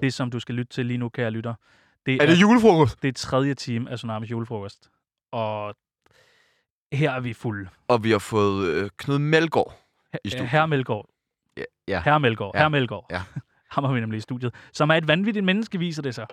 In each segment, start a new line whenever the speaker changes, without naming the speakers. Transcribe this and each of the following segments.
Det, som du skal lytte til lige nu, kære lytter, det
Er det julefrokost?
det er tredje time af Tsunamis julefrokost. Og her er vi fulde.
Og vi har fået øh, Knud Melgaard. I
Her,
studiet.
herre Melgaard.
Ja, ja.
Herre Melgaard.
Ja.
Herre Melgaard.
Ja.
Ham har vi nemlig i studiet. Som er et vanvittigt menneske, viser det sig.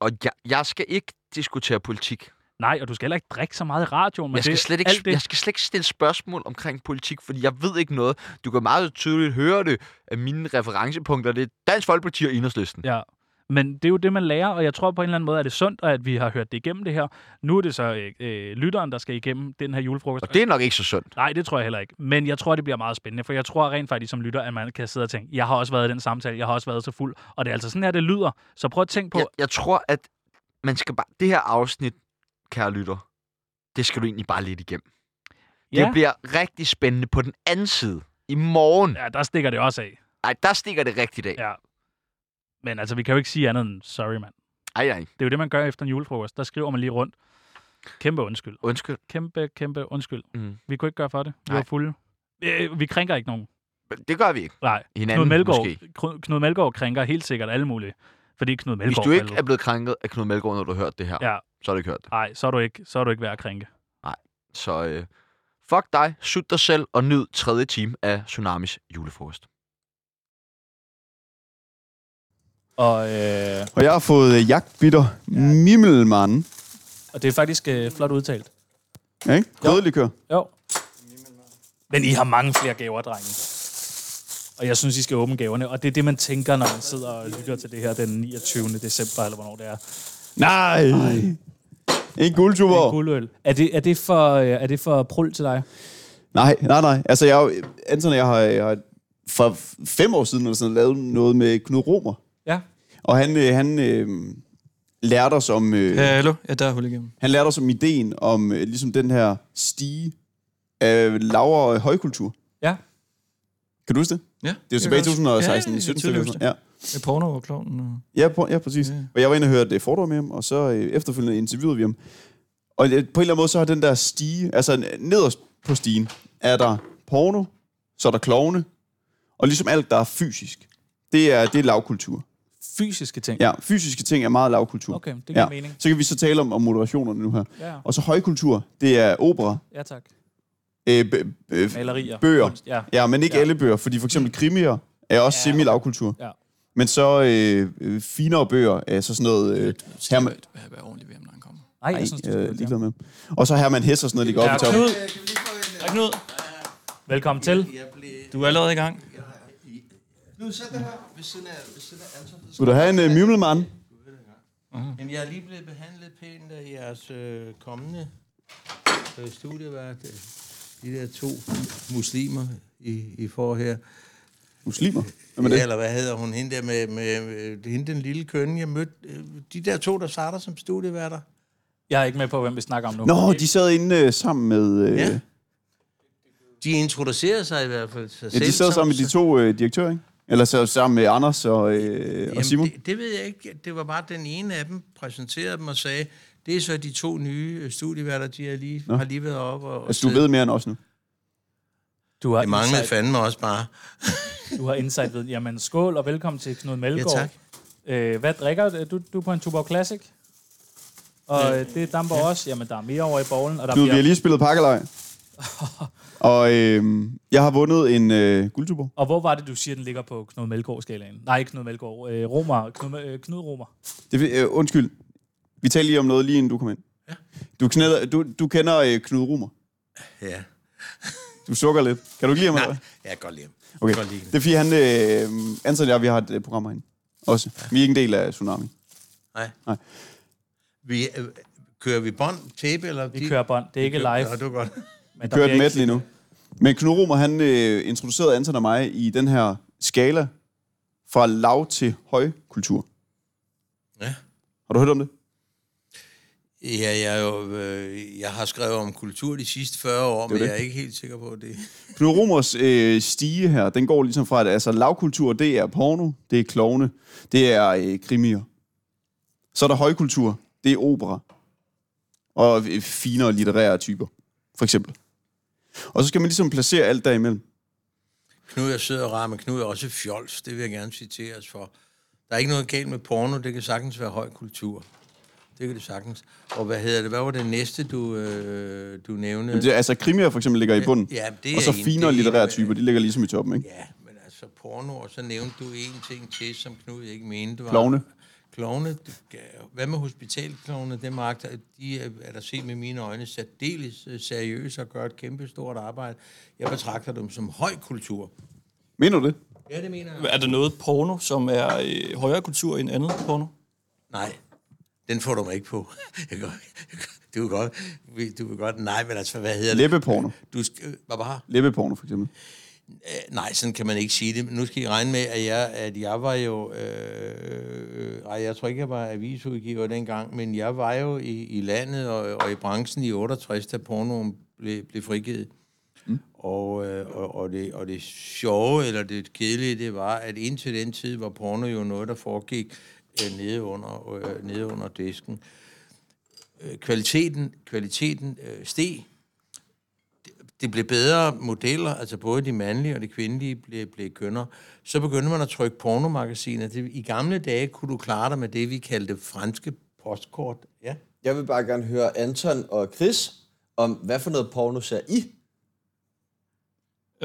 Og jeg, jeg skal ikke diskutere politik.
Nej, og du skal heller ikke drikke så meget i radioen. Men
jeg, skal
det,
slet ikke,
alt det,
jeg skal slet ikke stille spørgsmål omkring politik, fordi jeg ved ikke noget. Du kan meget tydeligt høre det af mine referencepunkter. Det er Dansk Folkeparti og Enhedslisten.
Ja, men det er jo det, man lærer, og jeg tror på en eller anden måde, at det er sundt, og at vi har hørt det igennem det her. Nu er det så øh, øh, lytteren, der skal igennem den her julefrokost.
Og det er nok ikke så sundt.
Nej, det tror jeg heller ikke. Men jeg tror, det bliver meget spændende, for jeg tror rent faktisk som lytter, at man kan sidde og tænke, jeg har også været i den samtale, jeg har også været så fuld. Og det er altså sådan her, det lyder. Så prøv at tænke på,
Jeg, jeg tror, at man skal bare... Det her afsnit, kære lytter, det skal du egentlig bare lidt igennem. Ja.
ja,
Det bliver rigtig spændende på den anden side. I morgen.
ja, der stikker det også af.
Nej, der stikker det rigtigt af.
Ja. Men altså, vi kan jo ikke sige andet end, sorry mand.
Ej, ej.
Det er jo det, man gør efter en julefrokost. Der skriver man lige rundt. Kæmpe undskyld.
Undskyld.
Kæmpe, kæmpe undskyld.
Mm.
Vi kunne ikke gøre for det. Vi
Nej.
var fulde. Øh, vi krænker ikke nogen.
Men Det gør vi ikke.
Nej. Knud
Hinanden,
Melgaard,
måske.
Knud- Knud Melgaard krænker helt sikkert alle mulige. Fordi Knud
Hvis
Melgaard...
du ikke er blevet krænket af Knud Melgaard, når du har hørt det her,
Ja.
så har du ikke hørt det.
Nej, så er du ikke, så er du ikke værd at krænke.
Så øh, fuck dig, sut dig selv og nyd tredje time af Tsunamis julefrokost.
Og, øh,
Og jeg har fået øh, jagtbitter Mimmelmann.
og det er faktisk øh, flot udtalt.
Ja, ikke? Rødlikør.
Jo. Men I har mange flere gaver, drenge. Og jeg synes, I skal åbne gaverne. Og det er det, man tænker, når man sidder og lytter til det her den 29. december, eller hvornår det er.
Nej! Ej. Ikke
Oh.
guldtuber.
Guldøl. Er det, er det for, øh, er det for prul til dig?
Nej, nej, nej. Altså, jeg, er jo- Anton og jeg har, jeg har for fem år siden eller sådan, lavet noget med Knud Romer.
Ja.
Og han, øh, han øh, lærte os om... Øh,
Ja, hallo? Ja, der er hul igennem.
Han lærte os om ideen om øh, ligesom den her stige af lavere og højkultur.
Ja.
Kan du huske det?
Ja,
Det er jo tilbage i
kan jeg godt- ja,
2016, ja,
jeg
17
kan
stykker.
tydeligt
Ja.
huske det. Med porno og klovnen. Og...
Ja, på, ja, præcis.
Ja.
Ja. Og jeg var inde og hørte øh, foredrag med ham, og så øh, efterfølgende interviewede vi ham. Og øh, på en eller anden måde, så har den der stige, altså n- nederst på stigen, er der porno, så er der klovne, og ligesom alt, der er fysisk, det er, det er lavkultur.
Fysiske ting.
Ja, fysiske ting er meget lavkultur.
Okay, det giver
ja.
ja. mening.
Så kan vi så tale om, om moderationerne nu her.
Ja,
Og så højkultur, det er opera,
ja tak.
øh, b- øh,
Malerier.
Bøger.
Kunst, ja.
Ja, men ikke
Ja. Mm.
ja. alle bøger, fordi for eksempel krimier er også
Ja,
ja, semi-lavkultur.
Ja.
Men så øh, øh, finere bøger, er så sådan noget... Øh,
Her
Herman,
med... Vær, vær ordentlig ved ham, når han kommer.
Ej,
ej,
jeg synes, du
øh,
skal
ligeglad med. Og så Herman Hesse og sådan noget, de går op
Ja,
i toppen.
Knud. Hej, Knud. Velkommen til.
Du er allerede i gang.
Nu sæt dig her ved siden af, ved siden af Anton.
Vil du have en øh, mymmelmand?
Jamen, jeg er lige blevet behandlet pænt af jeres øh, kommende øh, studievært. øh, De der to muslimer, I, I får her.
Muslimer? Jamen det?
Eller hvad hedder hun? Hende der med, med, med hende den lille kønne, jeg mødte. øh, De der to, der starter som studieværter.
Jeg er ikke med på, hvem vi snakker om nu.
Nå, de sad inde øh, sammen med... Øh,
Ja.
ja.
De introducerer sig i hvert fald. Sig
ja, de sad sammen med de to øh, direktører, ikke? Eller sad sammen med Anders og, øh, og Simon.
Det, det ved jeg ikke. Det var bare den ene af dem, præsenterede dem og sagde, det er så de to nye øh, studieværter, de har lige, har lige været oppe og...
Altså, du ved mere end os nu.
Du har
Det manglede
insight-
fandme også bare.
Du har insight ved. Jamen, skål og velkommen til Knud Melgaard.
Ja, tak.
Øh, hvad drikker du? du? Du er på en Tuborg Classic. Og øh, det damper ja. også. Jamen, der er mere over i bowlen. Og der
Knud, vi har
bliver...
lige spillet pakkelej. og øh, jeg har vundet en øh, guldtubor.
Og hvor var det, du siger, den ligger på Knud Melgaard-skalaen? Nej, ikke Knud Melgaard. Øh, Romer. Knud, øh, Knud Romer.
Det, vil- øh, undskyld. Vi taler lige om noget, lige inden du kom ind. Du, knæder, du, du kender øh, Knud Rumer.
Ja.
Du sukker lidt. Kan du ikke lide ham?
Nej,
eller
jeg kan godt lide ham.
hvad? Okay.
godt lide ham.
Det er fordi, han, øh, Anton og jeg, vi har et øh, program herinde. Også. Vi er ikke en del af Tsunami.
Nej.
Nej.
Vi, øh, kører vi bånd, tape eller...
Vi kører bånd. Det er ikke live.
Ja, det var godt.
men
Kører den med lige nu. Men Knud Rumer, han øh, introducerede Anton og mig i den her skala fra lav til høj kultur.
Ja.
Har du hørt om det?
Ja, jeg, er jo, øh, jeg har skrevet om kultur de sidste 40 år, men
det.
jeg er ikke helt sikker på at det.
Knud Romers øh, stige her, den går ligesom fra, at altså, lavkultur, det er porno, det er klovne, det er øh, krimier. Så er der højkultur, det er opera. Og øh, finere litterære typer, for eksempel. Og så skal man ligesom placere alt derimellem.
Knud er sød og rar, men Knud er også fjols, det vil jeg gerne citeres for. Der er ikke noget galt med porno, det kan sagtens være høj kultur. Det kan det sagtens. Og hvad hedder det? Hvad var det næste, du, øh, du nævnte?
Det, er- altså, krimier for eksempel ligger i bunden.
Ja, det er
og så
en-
finere
det er
litterære
en-
typer, de ligger ligesom i toppen, ikke?
Ja, men altså porno, og så nævnte du en ting til, som Knud ikke mente. Var,
Klovne.
Klovne. Hvad med hospitalklovne? Dem agter, de er, er der set med mine øjne særdeles øh, seriøse og gør et kæmpe stort arbejde. Jeg betragter dem som høj kultur.
Mener du det?
Ja, det mener jeg.
Er der noget porno, som er øh, højere kultur end andet porno?
Nej, den får du mig ikke på. Jeg kan, godt- du vil godt, du vil godt, nej, men altså, hvad hedder det?
Læbeporno.
Du skal, hvad var?
Læbeporno, for eksempel.
Øh, Nej, sådan kan man ikke sige det. Men Nu skal I regne med, at jeg, at jeg var jo... Øh, øh, ej, jeg tror ikke, jeg var avisudgiver dengang, men jeg var jo i, i landet og, og i branchen i 68, da pornoen blev, blev frigivet. Mm. Og, øh, og, og, det, og det sjove, eller det kedelige, det var, at indtil den tid var porno jo noget, der foregik øh, nede, under, øh, nede under disken. Øh, kvaliteten kvaliteten øh, steg, det blev bedre modeller, altså både de mandlige og de kvindelige blev, blev kønner. Så begyndte man at trykke pornomagasiner. Det, I gamle dage kunne du klare dig med det, vi kaldte franske postkort. Ja.
Jeg vil bare gerne høre Anton og Chris om, hvad for noget porno ser I?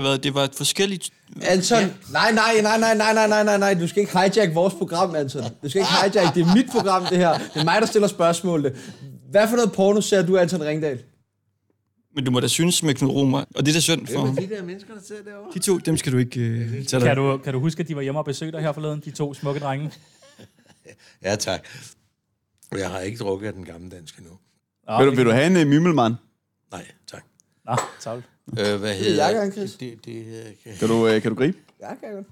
Hvad, det var forskelligt...
Anton, nej, nej, nej, nej, nej, nej, nej, nej, nej, du skal ikke hijack vores program, Anton. Du skal ikke hijack, det er mit program, det her. Det er mig, der stiller spørgsmålene. Hvad for noget porno ser du, Anton Ringdal?
Men du må da synes med Knud Romer, og det er da synd for ham.
De der mennesker, der sidder derovre.
De to, dem skal du ikke øh, tage
Kan
dig.
du, kan du huske, at de var hjemme og besøgte dig her forleden, de to smukke drenge?
Ja, tak. Og Jeg har ikke drukket af den gamle danske nu.
Nå,
Vil du, vil du have en uh, mimmelmand?
Nej, tak.
Nå, tavle.
Øh, hvad hedder
jeg gerne, Chris.
Det, det, det,
Kan du, uh, kan du gribe?
Ja, kan jeg godt.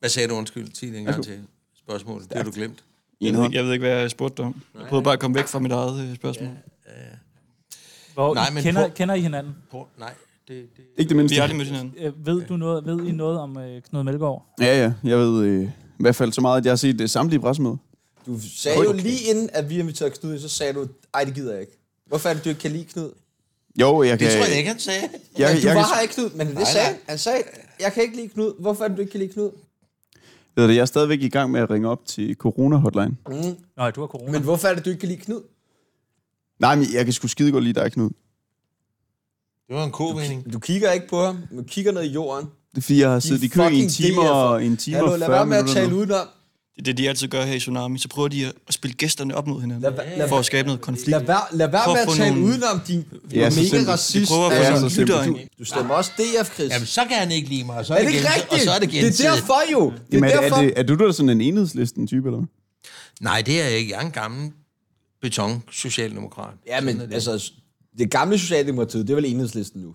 hvad sagde du? Undskyld, sig det en gang til. Spørgsmålet, det har du glemt.
I en hånd.
Jeg ved ikke, hvad jeg spurgte dig om. Jeg prøvede bare at komme væk fra mit eget øh, spørgsmål.
Hvor,
Nej,
Nej,
men
kender,
på-
kender I hinanden?
Por- nej, det, det,
Ikke det
Vi
mindste.
har aldrig mødt hinanden.
Øh, ved, du noget, ved I noget om øh, Knud Melgaard?
Ja, ja. Jeg ved uh, i hvert fald så meget, at jeg har set uh, samtlige pressemøder.
Du sagde jo lige inden, at vi inviterede Knud ind, så sagde du, ej, det gider jeg ikke. Hvorfor er det, du ikke kan lide Knud?
Jo, jeg kan...
det tror jeg ikke, han sagde.
Jeg,
Men
jeg,
du
jeg,
var
kan,
her ikke, Knud, men det sagde han. Han sagde, jeg kan ikke lide Knud. Hvorfor er det, du ikke kan lide Knud?
ved det, jeg er stadigvæk i gang med at ringe op til Corona-hotline.
Nej, du har corona.
Men hvorfor er det, du ikke kan lide Knud?
Nej, men jeg kan sgu skide godt lide dig, Knud.
Det var en kovending.
Du kigger ikke på ham, men kigger ned i jorden.
Det er fordi, jeg har siddet i kø i en
fucking
time
DF'er.
og en time
Hallo,
og
lad
40
være med at
minutter.
tale
nu.
udenom.
Det er det, de altid gør her i Tsunami. Så prøver de at, at spille gæsterne op mod hinanden,
Lad være- lad
for at skabe noget konflikt.
Lad være, lad være
Prøv at
med at
få
tale
nogle-
udenom din
Ja, så
mega
simpelt.
racist.
Prøver at få
Ja,
nogle
så
lyttere
simpelt.
ind.
Du stemmer også DF, Chris.
Jamen, så kan han ikke lide mig, og så er,
er det
det
ikke
gensidigt,
rigtigt?
Og så er det
det er
gensidigt.
derfor jo. Det
Jamen,
er
er, er,
derfor.
det, er du der sådan en enhedslisten type, eller hvad?
Nej, det er jeg ikke. Jeg er en gammel beton-socialdemokrat.
Ja, men altså, det gamle Socialdemokratiet, det er vel enhedslisten nu?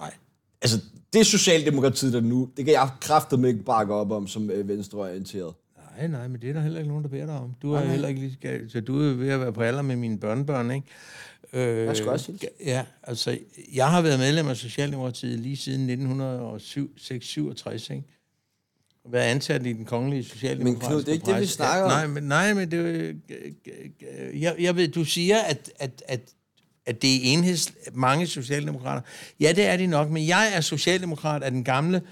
Nej.
Altså, det Socialdemokratiet der nu, det kan jeg kraftedeme ikke bakke op om som øh, venstreorienteret.
Nej, nej, men det er der heller ikke nogen, der beder dig om. Du er heller ikke lige skal, så du er ved at være på alder med mine børnebørn, ikke? Øh,
skal også hilse.
Ja, altså, jeg har været medlem af Socialdemokratiet lige siden 1967, ikke? Og været ansat i den kongelige socialdemokratiske
Men Knud, det er ikke det, vi
presse.
snakker om.
Nej, men, nej, men det er jo- g- g- g- jeg, jeg ved, du siger, at, at, at, at det er enheds, mange socialdemokrater. Ja, det er de nok, men jeg er socialdemokrat af den gamle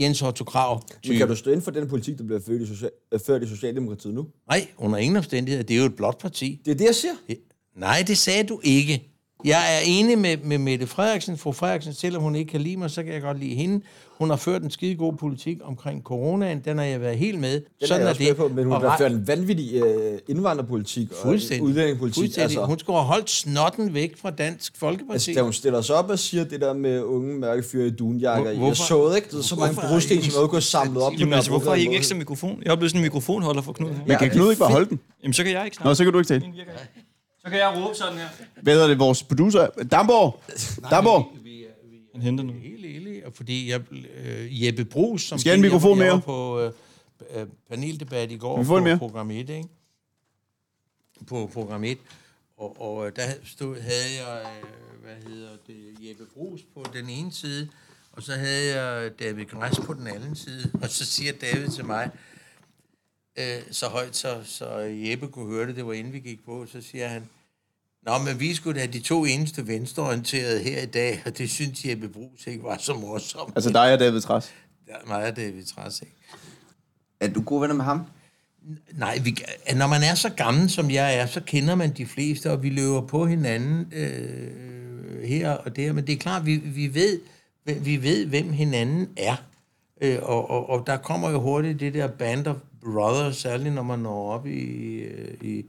Jens Otto Krav.
Men kan du stå inden for den politik, der bliver ført i, social, øh, ført i Socialdemokratiet nu?
Nej, under ingen omstændighed. Det er jo et blåt parti.
Det er det, jeg siger.
Nej, det sagde du ikke. Jeg er enig med, med Mette Frederiksen, fru Frederiksen, selvom hun ikke kan lide mig, så kan jeg godt lide hende. Hun har ført en skide god politik omkring coronaen, den har jeg været helt med.
Den Sådan er, jeg også med på, men hun
Og
har
ret-
ført en vanvittig øh, indvandrerpolitik og
Fuldstændig.
udlændingepolitik.
Fuldstændig. Altså. Hun skulle have holdt snotten væk fra Dansk Folkeparti.
Altså, da hun stiller sig op og siger det der med unge mørke fyre i dunjakker,
Hvor-
jeg så ikke, det er så mange
hvorfor er
brosten,
I-
som overgået samlet op. på den
Jamen
her
altså, hvorfor har I ikke
måde?
ekstra mikrofon? Jeg er blevet sådan en mikrofonholder for Knud her.
Men kan Knud ikke bare holde den?
Jamen, så kan jeg
Nå,
ikke snakke.
så kan du ikke tale.
Så kan jeg råbe sådan her.
Hvad hedder det? Vores producer? Damborg! Damborg!
Han henter noget.
Helt ærlig, og fordi jeg, øh, Jeppe Brugs, som
Skal jeg have en
jeg-
mikrofon
jeg var
mere?
på øh, øh, paneldebat i går
Kan vi få en
på
mere?
program 1, ikke? På program 1. Og, og øh, der stod, havde jeg, øh, hvad hedder det, Jeppe Brugs på den ene side, og så havde jeg David Græs på den anden side, og så siger David til mig, øh, så højt, så, så Jeppe kunne høre det, det var inden vi gik på, så siger han, Nå, men vi skulle da de to eneste venstreorienterede her i dag, og det synes Jeppe Brugs ikke var så morsomt.
Altså dig og David Træs.
Der er meget af David Træs, ikke?
Er du god venner med ham?
Nej, vi, når man er så gammel, som jeg er, så kender man de fleste, og vi løber på hinanden øh, her og der. Men det er klart, vi, vi, ved, vi ved, hvem hinanden er. Øh, og, og, og der kommer jo hurtigt det der band of brothers, særligt når man når op i... øh, i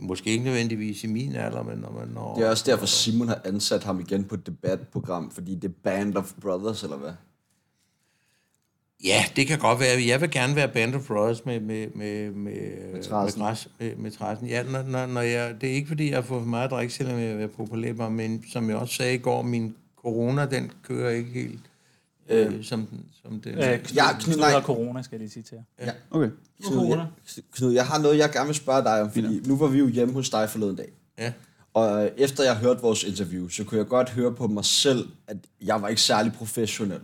måske ikke nødvendigvis i min alder, men når man når...
Det er også derfor, Simon har ansat ham igen på et debatprogram, fordi det er Band of Brothers, eller hvad?
Ja, det kan godt være. Jeg vil gerne være Band of Brothers med, med, med, med, med
Trassen.
Med, græs, med, med træsen. Ja, når, når, når jeg, det er ikke, fordi jeg har fået for meget drik, selvom jeg er populær, men som jeg også sagde i går, min corona, den kører ikke helt, øh, som, den- som den...
Øh, Knud,
Øh.
Ja,
ja,
Knud,
Knud
nej.
har corona, skal jeg lige sige til jer.
Okay.
Knud, jeg, Knud, jeg har noget, jeg gerne vil spørge dig om, fordi nu var vi jo hjemme hos dig forleden dag.
Ja.
Og øh, efter jeg hørte vores interview, så kunne jeg godt høre på mig selv, at jeg var ikke særlig professionel.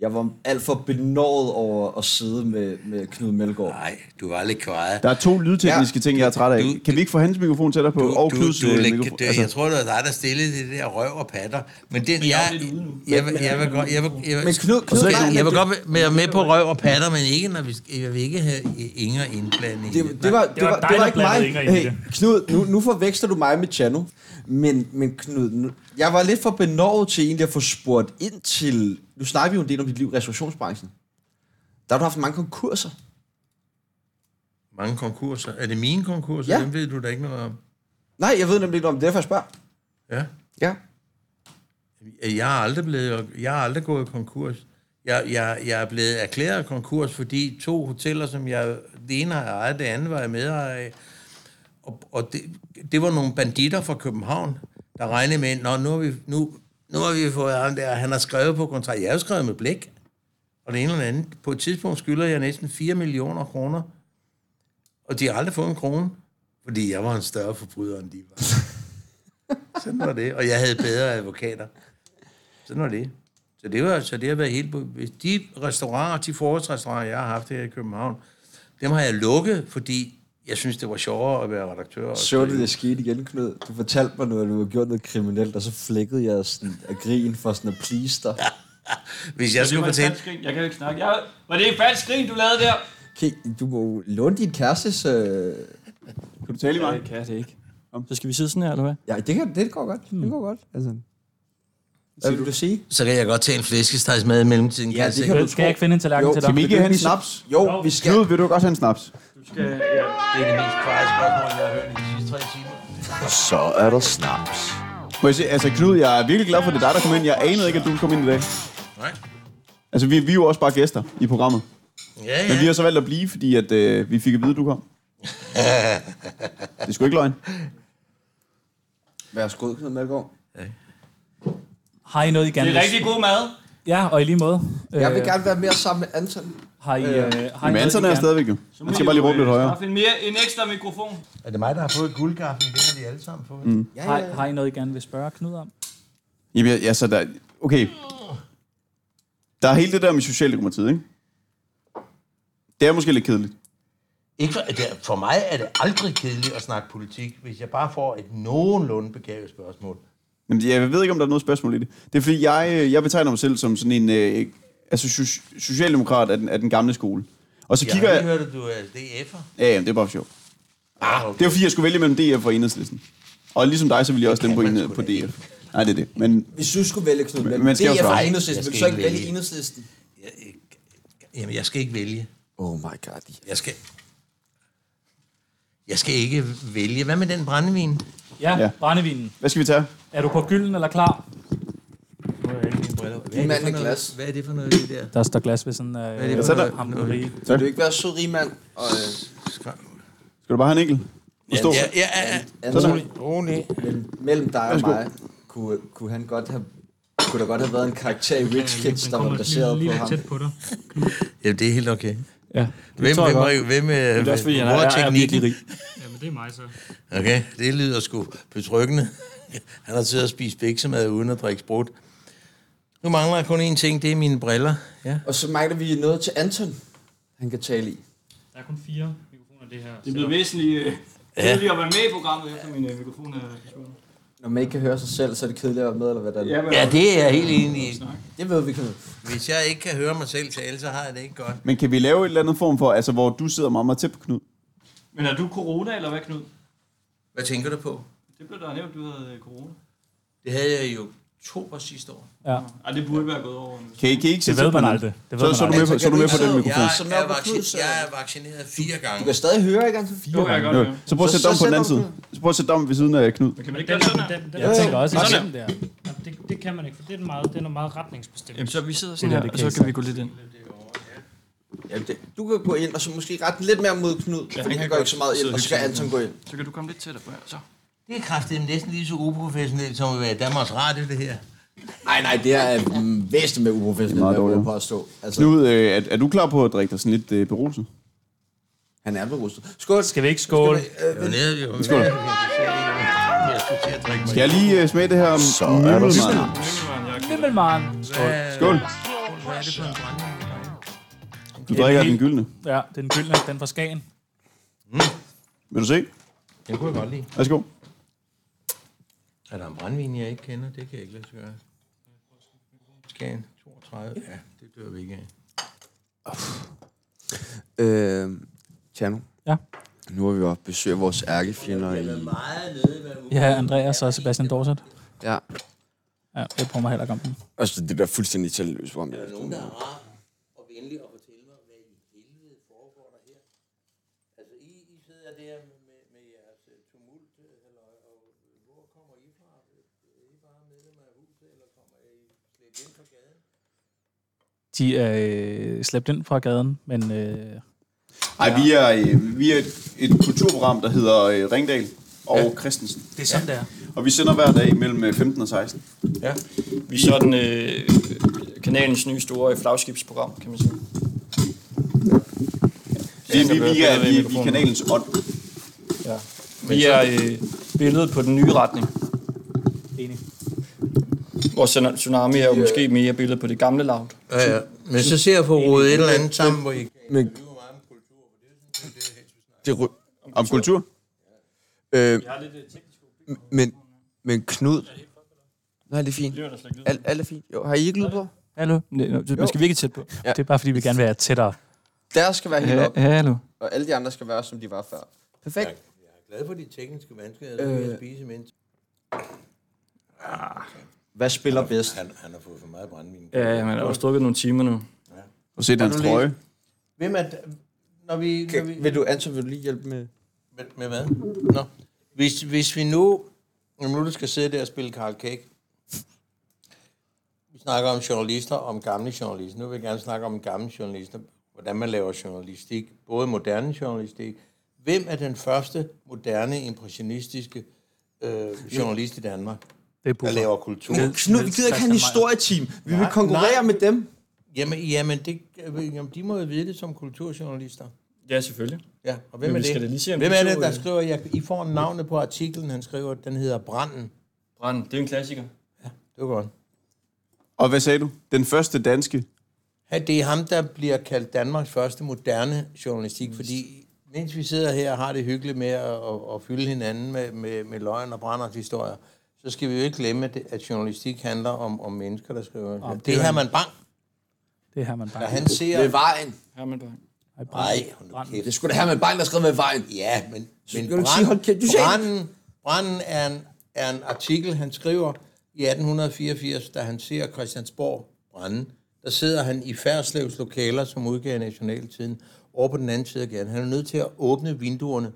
Jeg var alt for benådet over at sidde med, med Knud Melgaard.
Nej, du var lidt kvaret.
Der er to lydtekniske ting, jeg er træt af.
Du-
kan vi ikke få hans mikrofon tættere på? og
du,
Knuds
du,
øh,
læg-
mikrofon.
det, altså. Jeg tror, det var dig, der stillede det der røv og patter. Men den, jeg, jeg, jeg, vil- jeg, vil godt- jeg, vil- jeg, vil-
Men Knud, Knud,
Så
nej,
jeg, jeg vil
det,
godt være med på røv og patter, men ikke, når vi, skal- jeg vil ikke have Inger indblanding. i
det, det, var, det,
var
var,
dig,
det var
der
ikke
blandede
mig.
Inger ind i
Hey,
det.
Knud, nu, nu forveksler du mig med Chano. Men, men Knud, nu, jeg var lidt for benådet til egentlig at få spurgt ind til... Nu snakker vi jo en del om dit liv i restaurationsbranchen. Der har du haft mange konkurser.
Mange konkurser. Er det mine konkurser?
Ja.
Ja. Dem ved du da ikke noget om.
Nej, jeg ved nemlig ikke om det, er derfor jeg spørger.
Ja.
Ja.
Jeg er aldrig, blevet, jeg er aldrig gået konkurs. Jeg, jeg, jeg er blevet erklæret konkurs, fordi to hoteller, som jeg... Det ene har jeg ejet, det andet var jeg medejer af. Og, og det, det var nogle banditter fra København, der regnede med, Nå, nu har vi, nu, nu har vi fået ham der, han har skrevet på kontrakt. Jeg har jo skrevet med blæk. Og det ene eller andet. På et tidspunkt skylder jeg næsten 4 millioner kroner. Og de har aldrig fået en krone, fordi jeg var en større forbryder, end de var. Sådan var det. Og jeg havde bedre advokater. Sådan var det. Så det, var, så det har været helt... på- hvis De restauranter, de forårsrestauranter, jeg har haft her i København, dem har jeg lukket, fordi jeg synes, det var sjovere at være redaktør. og
Så du,
skrive.
det skete igen, Knud? Du fortalte mig noget, at du havde gjort noget kriminelt, og så flækkede jeg sådan af grin for sådan at please dig.
Hvis jeg skulle fortælle...
grin. Jeg kan ikke snakke. Jeg... Var det en falsk grin, du lavede der?
Okay, du må jo låne din kærestes... Øh...
Kan du tale i mig?
Det kan jeg det ikke. Så skal vi sidde sådan her, eller hvad?
Ja, det, kan, det går godt. Det går godt. Altså. Hvad vil du sige?
Så kan jeg godt tage en flæskestegsmad i mellemtiden. kan jeg se.
kan
Øh,
Skal, skal jeg ikke finde en tallerken
Jo,
til
Kan
dig?
vi ikke have en
Vil du
snaps?
Jo, vi skal.
Knud, vil du godt have en snaps?
Det er det mest kvarede spørgsmål, jeg har hørt i de sidste tre timer.
Så er der snaps.
Må jeg se, altså Knud, jeg er virkelig glad for, at det er dig, der kom ind. Jeg anede ikke, at du ville komme ind i dag.
Nej.
Altså, vi, vi er jo også bare gæster i programmet.
Ja,
Men vi
ja.
har så valgt at blive, fordi at, øh, vi fik at vide, at du kom. det er sgu ikke løgn.
Værsgo, Knud Malgaard.
Har I noget, I gerne
Det er
vil-
rigtig god mad.
Ja, og i lige måde.
Jeg
Øh,
vil gerne være mere sammen med Anton.
Har I, øh, har I noget,
Men
I
Anton er
gerne-
stadigvæk jo. Han skal bare
øh,
lige råbe lidt højere.
Skaffe en, mere, en ekstra mikrofon.
Er det mig, der har fået guldgaffen? Det har vi alle sammen fået.
Mm.
Har, har I noget, I gerne vil spørge Knud om?
Jamen, jeg- altså, der, okay. Der er hele det der med Socialdemokratiet, ikke? Det er måske lidt kedeligt.
Ikke for, det, for mig er det aldrig kedeligt at snakke politik, hvis jeg bare får et nogenlunde begavet spørgsmål.
Men jeg ved ikke, om der er noget spørgsmål i det. Det er fordi, jeg, øh, jeg betegner mig selv som sådan en... Øh, altså, so- socialdemokrat af den, af den gamle skole. Og så
Jeg
kigger
har lige
jeg...
hørt, at du er DF'er.
Ja, ja, det er bare for sjov.
Ah, okay.
Det var fordi, jeg skulle vælge mellem DF og Enhedslisten. Og ligesom dig, så ville jeg også stemme på,
man
en,
sgu
på
da ikke.
DF. Nej, det er det. Men
Hvis du skulle vælge Knud Malgaard,
man skal jo
det er fra
svare.
enhedslisten.
Jeg
Vil du
skal
så ikke
ikke
vælge
vælge.
enhedslisten?
Jeg, jeg- jamen, jeg skal ikke vælge.
Oh my god.
Jeg skal... Jeg skal ikke vælge. Hvad med den brændevin?
Ja,
Ja.
ja. brændevinen.
hvad skal vi tage?
Er du på gylden eller klar?
Hvad er,
mand
det for
med glas.
noget, hvad er det for noget, det der?
Der står glas ved sådan øh,
det
ja,
for
så
noget?
der, hamburgerie.
Vil du ikke være sød rig mand? Og, øh,
Skal du bare have en enkelt?
Ja,
Forstå.
ja, ja, ja.
Anton,
Rolig.
mellem, mellem dig og mig, kunne, kunne han godt have kunne der godt have været en karakter i Rich Kids, der var baseret på ham.
på dig.
Jamen, det er helt okay.
Ja,
Hvem,
tror jeg
hvem, hvem, hvem,
Det er også fordi,
hvem,
han er, er, er
teknikken?
virkelig rig. Jamen, det er mig så.
Okay, det lyder sgu betryggende. Han har siddet og spist biksemad uden at drikke sprut. Nu mangler jeg kun én ting, det er mine briller. Ja.
Og så mangler vi noget til Anton, han kan tale i.
Der er kun fire mikrofoner, det her. Det er blevet væsentligt øh, kedeligt at være med i programmet, efter min øh, mikrofon er forsvundet.
Når man ikke kan høre sig selv, så er det kedeligt at være med, eller hvordan? Ja.
men
ja, det er jeg helt enig i.
Det ved vi, Knud.
Hvis jeg ikke kan høre mig selv tale, så har jeg det ikke godt.
Men kan vi lave et eller andet form for, altså, hvor du sidder meget, meget tæt på Knud?
Men er du corona, eller hvad, Knud?
Hvad tænker du på?
Det blev der nævnt, du havde øh, corona.
Det havde jeg i oktober sidste år.
Ej, det burde være gået over nu.
Kan I, kan I ikke
Det ved man aldrig. Det ved
Så,
man
så, er du
aldrig.
med på, så er du med på den mikrofon.
Jeg, er, vaccin- jeg er vaccineret fire gange.
Du kan stadig høre, ikke? Altså?
Det kan jeg godt
Jo,
høre.
så prøv at
Så-
sætte dig om
så
på den anden
sætter
side. Så prøv at sætte dig om ved siden af Knud.
Men kan man ikke
Den,
gøre sådan her?
den, den,
Jeg tænker også, at
Sådan
sådan der.
Jamen, det, det kan man ikke, for det er meget, det er noget meget retningsbestemt.
Jamen, så vi sidder sådan
der,
her,
det
og
kan
så
I
kan vi gå lidt ind.
Ja, det, du kan gå ind, og så måske rette lidt mere mod Knud, ja, fordi
kan
han går
godt
ikke så meget ind,
sidde
og så skal
hyggeligt.
Anton gå ind.
Så kan du komme lidt tættere på her, så.
Det er kraftigt næsten lige så uprofessionelt som at være i Danmarks Radio, det her.
Øh, Nej, nej, det er mm, væsentligt med uprofessionelt,
meget
hvad jeg
dårligt.
på at stå. Altså,
Knud, øh, er, er du klar på at drikke dig sådan lidt øh, beruset?
han er berustet. Skål.
Skal vi ikke skåle?
Jeg var nede, jeg var
Skål.
nede, jeg skulle til at drikke mig.
Skal jeg lige øh, smage det her? Så
er der
Himmelmann.
Skål.
Hvad er det for en brænding?
Du drikker den gyldne.
Ja, det er den gyldne, den fra Skagen.
Vil du se?
Det kunne jeg godt lide.
Værsgo.
Er der en brændvin, jeg ikke kender? Det kan jeg ikke lade sig gøre. Skagen 32. Ja, det dør vi ikke af.
Øh, Tjerno.
Ja.
Nu har vi jo besøgt vores ærkefjender i...
Ja, Andreas og Sebastian Dorset.
Ja.
Ja, det prøver mig heller ikke om den.
Altså, det der fuldstændig taleløse program. Jeg
Nogen, der er rar og venlig og fortælle mig, hvad i helvede foregår der her? Altså, I, I sidder der med, med, med jeres øh, tumult, øh, eller, og øh, hvor kommer I fra? Øh, Er I bare medlemmer af huset, eller kommer I slet ind fra gaden?
De er øh, slæbt ind fra gaden, men øh,
Ej, vi er, øh, vi er et, et kulturprogram, der hedder øh, Ringdal og ja. Christensen.
det er sådan, ja. det er.
Og vi sender hver dag mellem øh, 15 og 16.
Vi er sådan øh, kanalens nye store flagskibsprogram, kan man sige.
Vi, vi, vi, er, vi, vi er kanalens ånd.
Ja. Vi er øh, billedet på den nye retning.
Enig.
Hvor Tsun- Tsunami er jo måske mere billedet på det gamle loud.
Ja, ja. Men så ser jeg på rodet et eller andet sammen, hvor I
Men... Det ry-
Om kultur?
øh, men, men Knud... Nej, det er fint. Alt, alt er fint. Jo, har I ikke lyd på?
Hallo? Man skal virkelig tæt på.
Det er bare, fordi vi gerne vil være tættere.
Der skal være helt op,
Hallo?
og alle de andre skal være, som de var før. Perfekt.
glad for de tekniske vanskeligheder, øh. jeg spise imens.
Hvad spiller bedst?
Han, han har fået for meget brændvin.
Ja, man har også drukket nogle timer nu.
Og se den trøje.
Hvem er... Når vi, når vi,
Vil du, Anton, vil du lige hjælpe med...
Med, med hvad? Nå. Hvis, hvis vi nu... Når nu du skal sidde der og spille Karl Kæk. Vi snakker om journalister, om gamle journalister. Nu vil jeg gerne snakke om gamle journalister. Hvordan man laver journalistik. Både moderne journalistik. Hvem er den første moderne, impressionistiske øh, journalist i Danmark,
Det er
der
Bubber.
laver kultur?
Knud, vi gider ikke have en historieteam. Vi vil
Nej,
konkurrere med dem.
Jamen, jamen, det, jamen de må jo vide det som kulturjournalister.
Ja, selvfølgelig.
Ja, og hvem
Men
er
vi skal da lige se,
det?
om
Hvem
de
er
to,
det, der
øh,
skriver? Jeg, I får navnet på artiklen, han skriver. Den hedder Branden.
Brand, det er en klassiker.
Det var godt.
Og hvad sagde du? Den første danske.
Ja, det er ham, der bliver kaldt Danmarks første moderne journalistik, fordi mens vi sidder her og har det hyggeligt med at, at, at fylde hinanden med, med, med løgn og brænders historier, så skal vi jo ikke glemme, at, det- at journalistik handler om, om mennesker, der skriver. Ja, det,
det
det
er-
her man bang,
Det er her, man bare...
når han ser...
Med vejen.
Herman Bang.
Ej, brand.
Nej, hold nu kæft.
Det skulle da have med vejen, der skrev med vejen.
Ja, men, men
skal du sige, hold kæft, du sagde-
branden, branden er, en, er en artikel, han skriver i 1884, da han ser Christiansborg brænde. Der sidder han i Færslevs lokaler, som udgav Nationaltiden, over på den anden side igen. Han er nødt til at åbne vinduerne,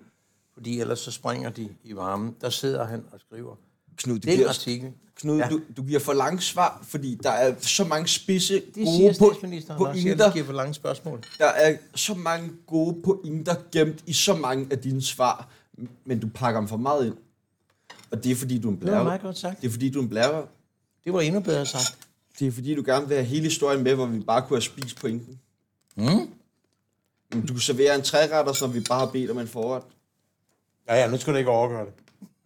fordi ellers så springer de i varmen. Der sidder han og skriver.
Knud, det
Den
bliver også...
artikel.
Knud,
Ja.
du, du giver for lange svar, fordi der er så mange spidse
Det
gode
siger
på,
statsministeren også. Jeg
pointer.
giver for lange spørgsmål.
Der er så mange gode pointer gemt i så mange af dine svar, men du pakker dem for meget ind. Og det er fordi, du er en
Det var meget
blære.
godt sagt.
Det er fordi, du er en blære.
Det var endnu bedre sagt.
Det er fordi, du gerne vil have hele historien med, hvor vi bare kunne have spist pointen. Mm. Men du serverer en træretter, som vi bare har bedt om en forret.
Ja, ja, nu skal du ikke overgøre det.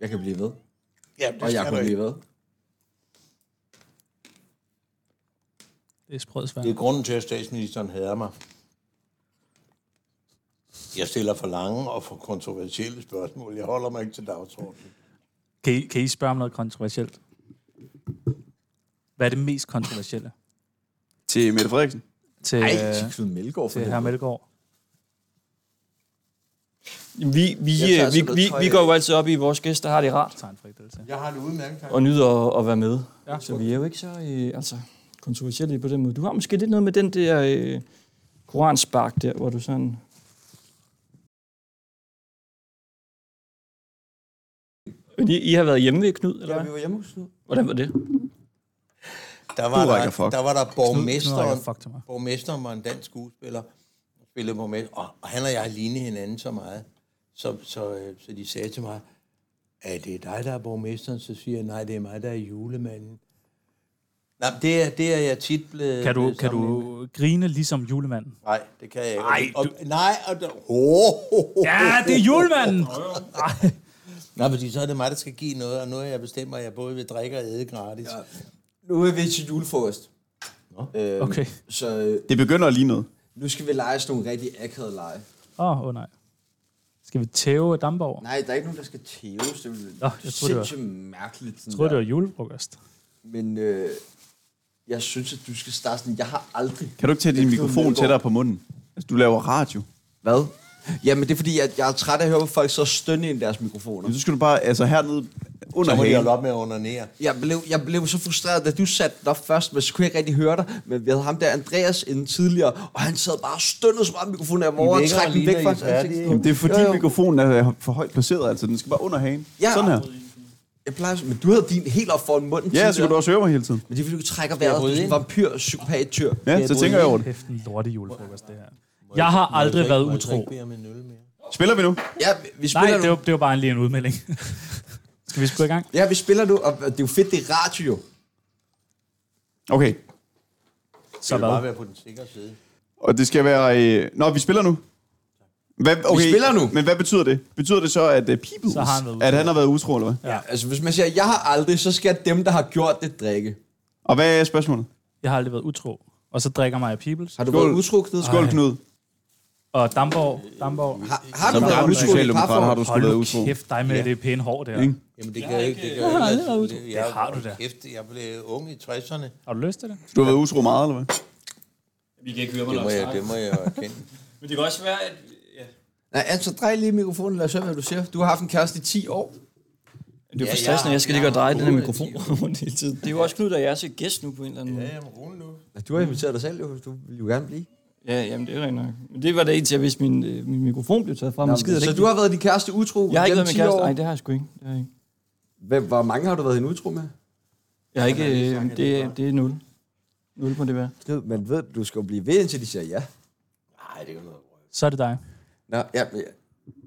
Jeg kan blive ved.
Ja, det
Og jeg
skal du
kan
ikke.
blive ved.
Det er sprødt svært.
Det er grunden til, at statsministeren hader mig. Jeg stiller for lange og for kontroversielle spørgsmål. Jeg holder mig ikke til dagsordenen.
Kan I, kan I spørge om noget kontroversielt? Hvad er det mest kontroversielle
Til Mette Frederiksen.
til,
Ej,
øh,
Ej,
til Knud Melgaard for
til herr
helvede.
Melgaard?
Vi, vi,
Jeg tager
øh, vi,
sådan noget
vi,
tøj
vi
af.
går jo altid op i, at vores gæster har det rart
Jeg har det udmærket.
og nyder at, at være med.
Ja.
Ja. Så vi er jo ikke så øh, altså, kontroversielle på den måde. Du har måske lidt noget med den der øh, koranspark der, hvor du sådan... Men I, I har været hjemme ved Knud, eller
Ja,
hvad?
vi var hjemme hos Knud.
Hvordan var det?
Der var,
Du rækker
der,
fuck.
der, var der
Knud- Knud
borgmesteren,
rækker fuck til mig.
borgmesteren var en dansk skuespiller, der spillede borgmester, og, og han og jeg lignede hinanden så meget, så, så, øh, så de sagde til mig, er det dig, der er borgmesteren? Så siger jeg, nej, det er mig, der er julemanden. Nej, men det er, det er jeg tit blevet...
Kan du,
blevet
kan
sammenlignet
du grine ligesom julemanden?
Nej, det kan jeg ikke.
Ej,
og, Nej, og... der- Oh, oh, oh,
Ja, det er julemanden!
Nej. Nej, fordi så er det mig, der skal give noget, og nu har jeg bestemt mig, at jeg både vil drikke og æde gratis. Ja.
Nu er vi til julefrokost. Øhm,
Okay.
Så øh,
Det begynder at ligne noget.
nu skal vi lege sådan nogle rigtig akavede lege.
Åh, oh, oh, nej. Skal vi tæve Damborg?
Nej, der er ikke nogen, der skal tæves. Det
Nå,
er
jeg
jo
troede, det var-
sindssygt mærkeligt.
Jeg
Sådan
tror det
der.
var julefrokost.
Men øh, jeg synes, at du skal starte sådan. Jeg har aldrig...
Kan du ikke tage din
Jeg
mikrofon
ved,
tættere på munden? Altså, du laver radio.
Hvad? Jamen, det er fordi, jeg, jeg er træt af at høre, hvor folk så stønne ind i deres mikrofoner.
Så skal du bare, altså hernede under
Så må de
hagen.
holde
op med at onanere.
Jeg blev, jeg blev så frustreret, da du satte den op først, men så kunne jeg ikke rigtig høre dig. Men vi havde ham der, Andreas, inden tidligere, og han sad bare og stønnede så meget i mikrofonen, at jeg var
I
over at
vækker
trække den
lige,
væk fra
når
hans
I er færdige.
ansigt.
Jamen, det er fordi
Jo, jo.
mikrofonen er for højt placeret, altså den skal bare under hagen.
Ja.
Sådan her.
Jeg plejer, men du havde din helt op foran munden.
Ja,
tidligere.
så kan du også høre mig hele tiden.
Men det er fordi, du trækker
Skal jeg
vejret. Du er
bryde
sådan
ind?
en vampyr, psykopat, tyr.
Ja, så tænker jeg over det.
Kæft, en lorte julefrokost, det her. Jeg har aldrig været utro.
Spiller vi nu?
Ja, vi spiller
Nej,
nu.
det var, det var bare en lige en udmelding. Skal vi sgu i gang?
Ja, vi spiller nu, og det er jo fedt, det er radio. jo.
Okay,
Så det bare være på den sikre side.
og det skal være... Øh... Nå, vi spiller nu. Hvad, okay.
spiller nu.
Men hvad betyder det? Betyder det så, at uh, Peoples,
Så har han været utro.
at han har været utro, eller hvad?
Ja. Altså, hvis man siger, jeg har aldrig, så skal dem, der har gjort det, drikke.
Og hvad er spørgsmålet?
Jeg har aldrig været utro. Og så drikker mig af Peoples.
Har du været utro, Knud? Skål, Knud.
Og Damborg. Damborg.
Har,
har
du Som været gammel utro i et socialdemokrat parforhold? har du sgu været utro.
Hold kæft dig med
Ja.
ja. det pæne hår der.
Ikke?
Jamen, det kan jeg ikke. Det, kan
Jeg har
jeg
aldrig
ikke.
været utro.
Det-
Det har du da.
Kæft, jeg blev ung i 60'erne.
Har du lyst til det?
Du har været utro meget, eller hvad?
Vi kan ikke høre,
Det
hvornår
må jeg,
snakker.
det må jeg jo erkende.
Men det kan også være, at... Ja.
Nej, altså, drej lige mikrofonen, lad os høre, hvad du siger. Du har haft en kæreste i 10 år.
Det
Ja,
er jo fantastisk, når jeg skal ligge og dreje den her mikrofon rundt hele tiden. Det er jo også Knud, der er jeres gæst nu på en eller anden måde. Ja,
jamen rolig nu.
Du har inviteret dig selv, jo. Du vil jo gerne blive.
Ja, jamen det er rent nok. Men det var det indtil, jeg vidste, min, øh, min mikrofon blev taget fra
Nå,
mig. Skider
men
det
så
ikke.
du har været din kæreste utro
Jeg har ikke
igennem
været min
10
kæreste.
år?
Nej, det har jeg sgu ikke. Det har jeg ikke.
Hvem, hvor mange har du været en utro med?
Jeg har ikke, øh, det, er- det er nul. Nul må det være.
Knud, men ved du, du skal jo blive ved, indtil de siger ja.
Nej, det er jo noget.
Så er det dig.
Nå, ja, men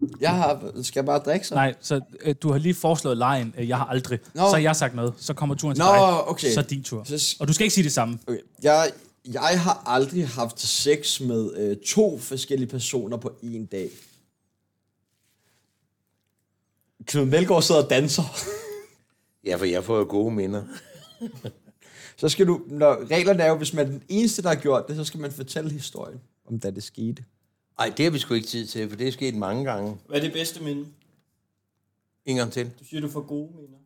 jeg, jeg har, skal jeg bare drikke så?
Nej, så øh, du har lige foreslået lejen, øh, jeg har aldrig.
Nå.
Nå. Så har jeg sagt noget. Så kommer turen til
Nå,
dig.
okay.
Så er din tur.
Så-
Og du skal ikke sige det samme.
Okay. Jeg, jeg har aldrig haft sex med øh, to forskellige personer på en dag. Knud Melgaard sidder og danser.
Ja, for jeg får jo gode minder.
Så skal du, når reglerne er jo, hvis man er den eneste, der har gjort det, så skal man fortælle historien om, da det skete.
Nej, det har vi sgu ikke tid til, for det er sket mange gange.
Hvad er det bedste minde?
En gang til.
Du siger, du får gode minder.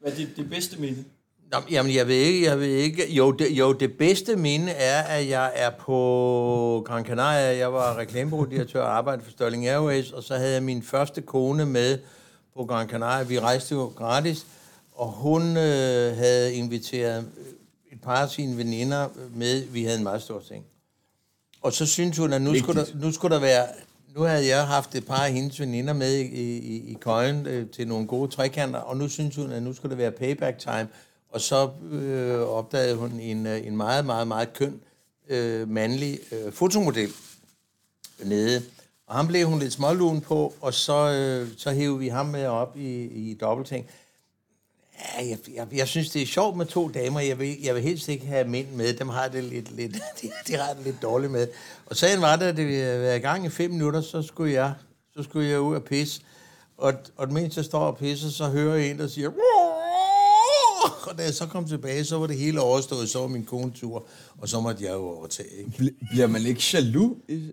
Hvad er det, det bedste minde?
Nå, men jamen, jeg ved ikke, jeg ved ikke. Jo det, jo, det bedste minde er, at jeg er på Gran Canaria. Jeg var reklamebureaudirektør og arbejdede for Sterling Airways, og så havde jeg min første kone med på Gran Canaria. Vi rejste jo gratis, og hun øh, havde inviteret et par af sine veninder med. Vi havde en meget stor ting. Og så syntes hun, at nu skulle, der, nu skulle der være... Nu havde jeg haft et par af hendes veninder med i, i, i køjen øh, til nogle gode trekanter, og nu syntes hun, at nu skulle der være payback time. Og så øh, opdagede hun en, øh, en meget, meget, meget køn øh, mandlig øh, fotomodel nede. Og ham blev hun lidt smålun på, og så, øh, så hævde vi ham med op i, i dobbeltting. Ja, jeg, jeg, jeg synes, det er sjovt med to damer. Jeg vil, jeg vil helst ikke have mænd med. Dem har jeg det lidt, lidt, de, de har jeg det lidt dårligt med. Og sagen var, da det ville være i gang i fem minutter, så skulle jeg, så skulle jeg ud og pisse. Og, og mens jeg står og pisser, så hører jeg en, der siger... "Wow!" Og da jeg så kom tilbage, så var det hele overstået. Så var min kone tur, og så måtte jeg jo overtage. Ikke?
Bliver man ikke jaloux? i-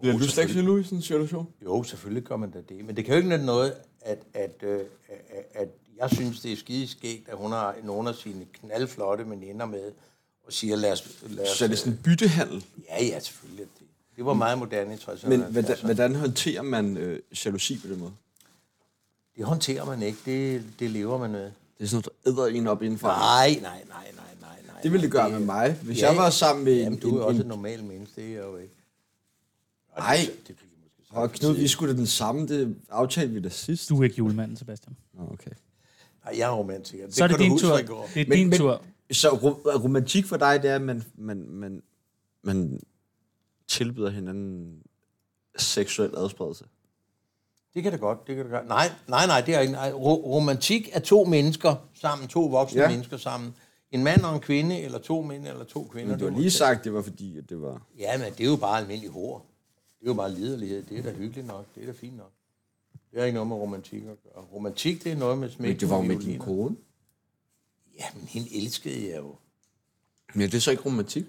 Bliver du slet ikke
selvfølgelig.
jaloux i sådan en situation?
Jo, selvfølgelig gør man da det. Men det kan jo ikke nytte noget, at, at, øh, at, at jeg synes, det er skideskægt, at hun har nogle af sine knaldflotte veninder med, og siger, lad os... Lad os
Så er det sådan en byttehandel?
Ja, ja, selvfølgelig. er det det. Det var meget moderne i 60'erne.
Men
og
hvordan,
70'erne.
hvordan håndterer man øh, jalousi på den måde?
Det håndterer man ikke. Det, det lever man med.
Det er sådan noget, der æder en op indenfor.
Nej, nej, nej, nej, nej. nej
Ah, Det ville det gøre med mig, hvis jeg var sammen med
Jamen,
en-
du er
en-
også
en-
et normalt menneske, det er jeg jo ikke.
Nej. Og Knud, vi skulle da den samme, det aftalte vi da sidst.
Du er ikke julemanden, Sebastian.
Nå, okay.
Nej, jeg er romantiker.
Så er det
kan du
din
huske
tur.
fra i går.
Det er din tur.
Så ro- romantik for dig, det er, at man, man, man, man tilbyder hinanden seksuel adspredelse.
Det kan det godt, det kan det godt. Nej, nej, nej, det er ikke. Nej. Ro- romantik er to mennesker sammen, to voksne
Ja.
ja. mennesker sammen. En mand og en kvinde, eller to mænd, eller to kvinder.
Men du
det
har
er
lige sagt, det var fordi, at det var...
Ja, men det er jo bare almindelig hår. Det er jo bare liderlighed. Det er da hyggeligt nok. Det er da fint nok. Det har ikke noget med romantik at gøre. Romantik, det er noget med smæk.
Men det var jo med din
kone. Ja, men hende elskede jeg jo.
Men det er så ikke romantik.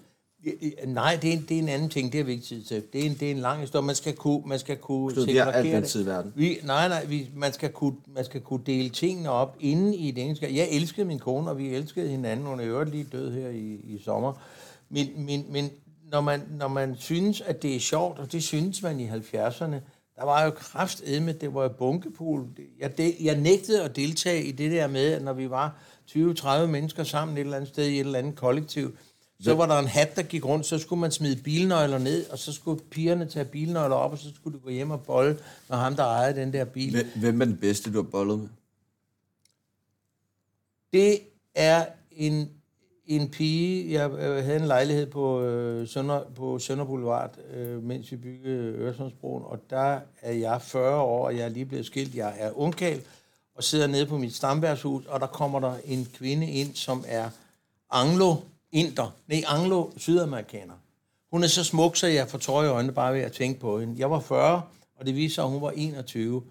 Ja, ja, Nej, det er, en, det er en anden ting. Det har vi ikke tid til. Det er en, det er en lang historie. Man skal kunne... Man skal kunne
Knud, vi har alt
segregere
den
det.
tid i verden.
Vi, nej, nej, vi, man, skal kunne, man skal kunne dele tingene op inden i et ægteskab. Jeg elskede min kone, og vi elskede hinanden. Hun er i øvrigt lige død her i, i sommer. Men, men, men når, man, når man synes, at det er sjovt, og det synes man i 70'erne, der var jo kraftedme, det var jo bunkepul. Jeg, de, jeg nægtede at deltage i det der med, at når vi var 20-30 mennesker sammen et eller andet sted i et eller andet kollektiv, så var der en hat, der gik rundt, så skulle man smide bilnøgler ned, og så skulle pigerne tage bilnøgler op, og så skulle du gå hjem og bolle med ham, der ejede den der bil.
Hvem er den bedste, du har bollet med?
Det er en, en pige, jeg øh, havde en lejlighed på, øh, Sønder, på Sønder Boulevard, øh, mens vi byggede Øresundsbroen, og der er jeg 40 år, og jeg er lige blevet skilt. Jeg er ungkald og sidder nede på mit stamværshus, og der kommer der en kvinde ind, som er anglo-inder, nej, anglo-sydamerikaner. Hun er så smuk, så jeg får tårer i øjnene bare ved at tænke på hende. Jeg var 40, og det viser sig, at hun var 21.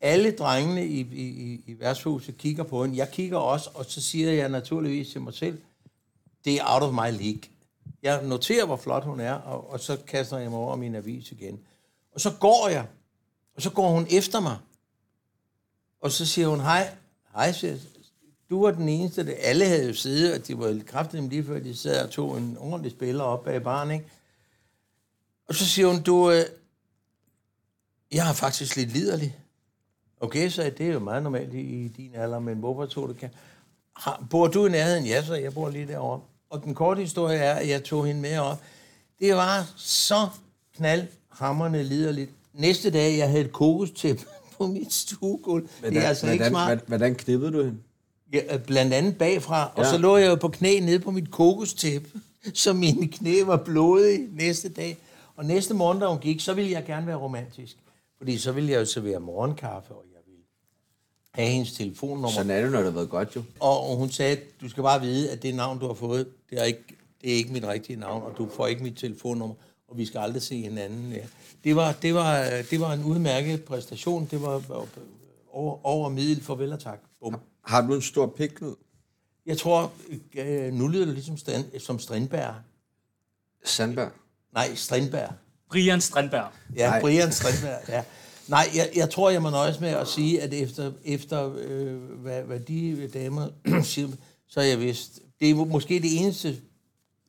Alle drengene i, i, i, i værtshuset kigger på hende. Jeg kigger også, og så siger jeg naturligvis til mig selv, det er out of my league. Jeg noterer, hvor flot hun er, og, og så kaster jeg mig over min avis igen. Og så går jeg, og så går hun efter mig. Og så siger hun, hej, hej, siger jeg. du var den eneste, der alle havde jo siddet, og de var kraftigt lige før, de sad og tog en ordentlig spiller op bag barn, ikke? Og så siger hun, du, øh, jeg er faktisk lidt liderlig. Okay, så det er jo meget normalt i, i din alder, men hvorfor tog du kan? Har, bor du i nærheden? Ja, så jeg bor lige derovre. Og den korte historie er, at jeg tog hende med op. Det var så knaldhammerne liderligt. Næste dag, jeg havde et kokostip på mit stuegulv. Det er altså ikke smart.
Hvordan, hvordan knippede du hende?
Ja, øh, blandt andet bagfra, og
Ja.
så lå jeg jo på knæ nede på mit kokostæppe, så mine knæ var blodige næste dag. Og næste morgen, da hun gik, så ville jeg gerne være romantisk. Fordi så ville jeg jo servere morgenkaffe, og jeg ville have hendes telefonnummer.
Sådan er det, når det har været godt, jo.
Og hun sagde, du skal bare vide, at det navn, du har fået, det er ikke, det er ikke mit rigtige navn, og du får ikke mit telefonnummer, og vi skal aldrig se hinanden. Ja. Det, var, det, var, øh, det var en udmærket præstation. Det var øh, over, over middel. Farvel og tak. Bum.
Har du en stor pik, Knud?
Jeg tror, øh, nu lyder det ligesom stand, som Strindberg.
Sandberg?
Nej, Strindberg.
Brian Strandberg.
Ja,
Nej.
Nej. Brian Strindberg, ja. Nej, jeg, jeg tror, jeg må nøjes med at sige, at efter, efter øh, hvad, hvad de damer siger, så er jeg vist... Det er må- måske det eneste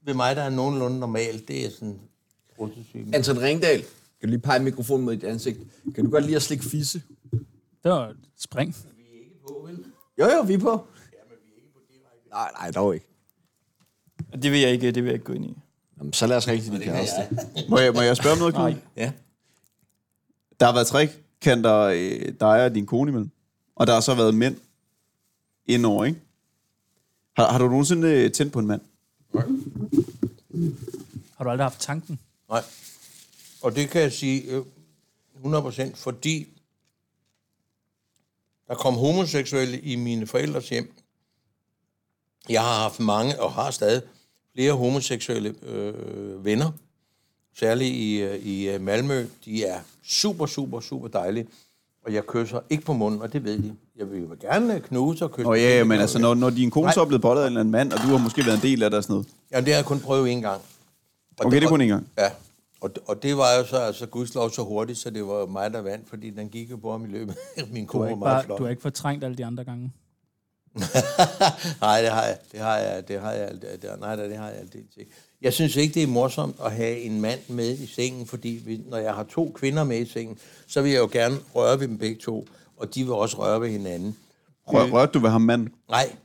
ved mig, der er nogenlunde normalt. Det er sådan... Russesyge.
Anton Ringdal, kan du lige pege mikrofonen mod dit ansigt? Kan du godt lide at slikke fisse?
Det var et spring.
Jo, jo, vi er på. Nej, nej, dog ikke.
Det vil jeg ikke, det vil jeg ikke gå ind i.
Jamen, så lad os rigtig
det
din kæreste.
Må jeg, må jeg spørge om noget, Knud?
Nej.
Ja.
Der har været tre kanter øh, dig og din kone imellem. Og der har så været mænd indover, ikke? Har, har du nogensinde øh, tændt på en mand?
Har du aldrig haft tanken?
Nej. Og det kan jeg sige øh, 100%, fordi der kom homoseksuelle i mine forældres hjem. Jeg har haft mange, og har stadig, flere homoseksuelle øh, venner. Særligt i, øh, i øh, Malmø. De er super, super, super dejlige. Og jeg kysser ikke på munden, og det ved de. Jeg vil jo gerne knuse og kysse.
Nå ja, ja, men altså, når, når din kone
Nej.
så er blevet bollet af en eller anden mand, og du har måske været en del af det og sådan noget.
Jamen, det har jeg kun prøvet en gang.
Okay, det er kun en gang.
Ja, og, og det var jo så altså gudslov så hurtigt, så det var jo mig, der vandt, fordi den gik jo på ham i løbet. Min
Du
kone
har,
var
ikke
meget
bare,
flot.
du har ikke fortrængt alle de andre gange.
nej, det har jeg. Det har jeg. Det har jeg. Det, det, nej, det har jeg. Det, det. Jeg synes ikke, det er morsomt at have en mand med i sengen, fordi vi, når jeg har to kvinder med i sengen, så vil jeg jo gerne røre ved dem begge to, og de vil også røre ved hinanden.
Rør, rørte du ved ham mand?
Nej.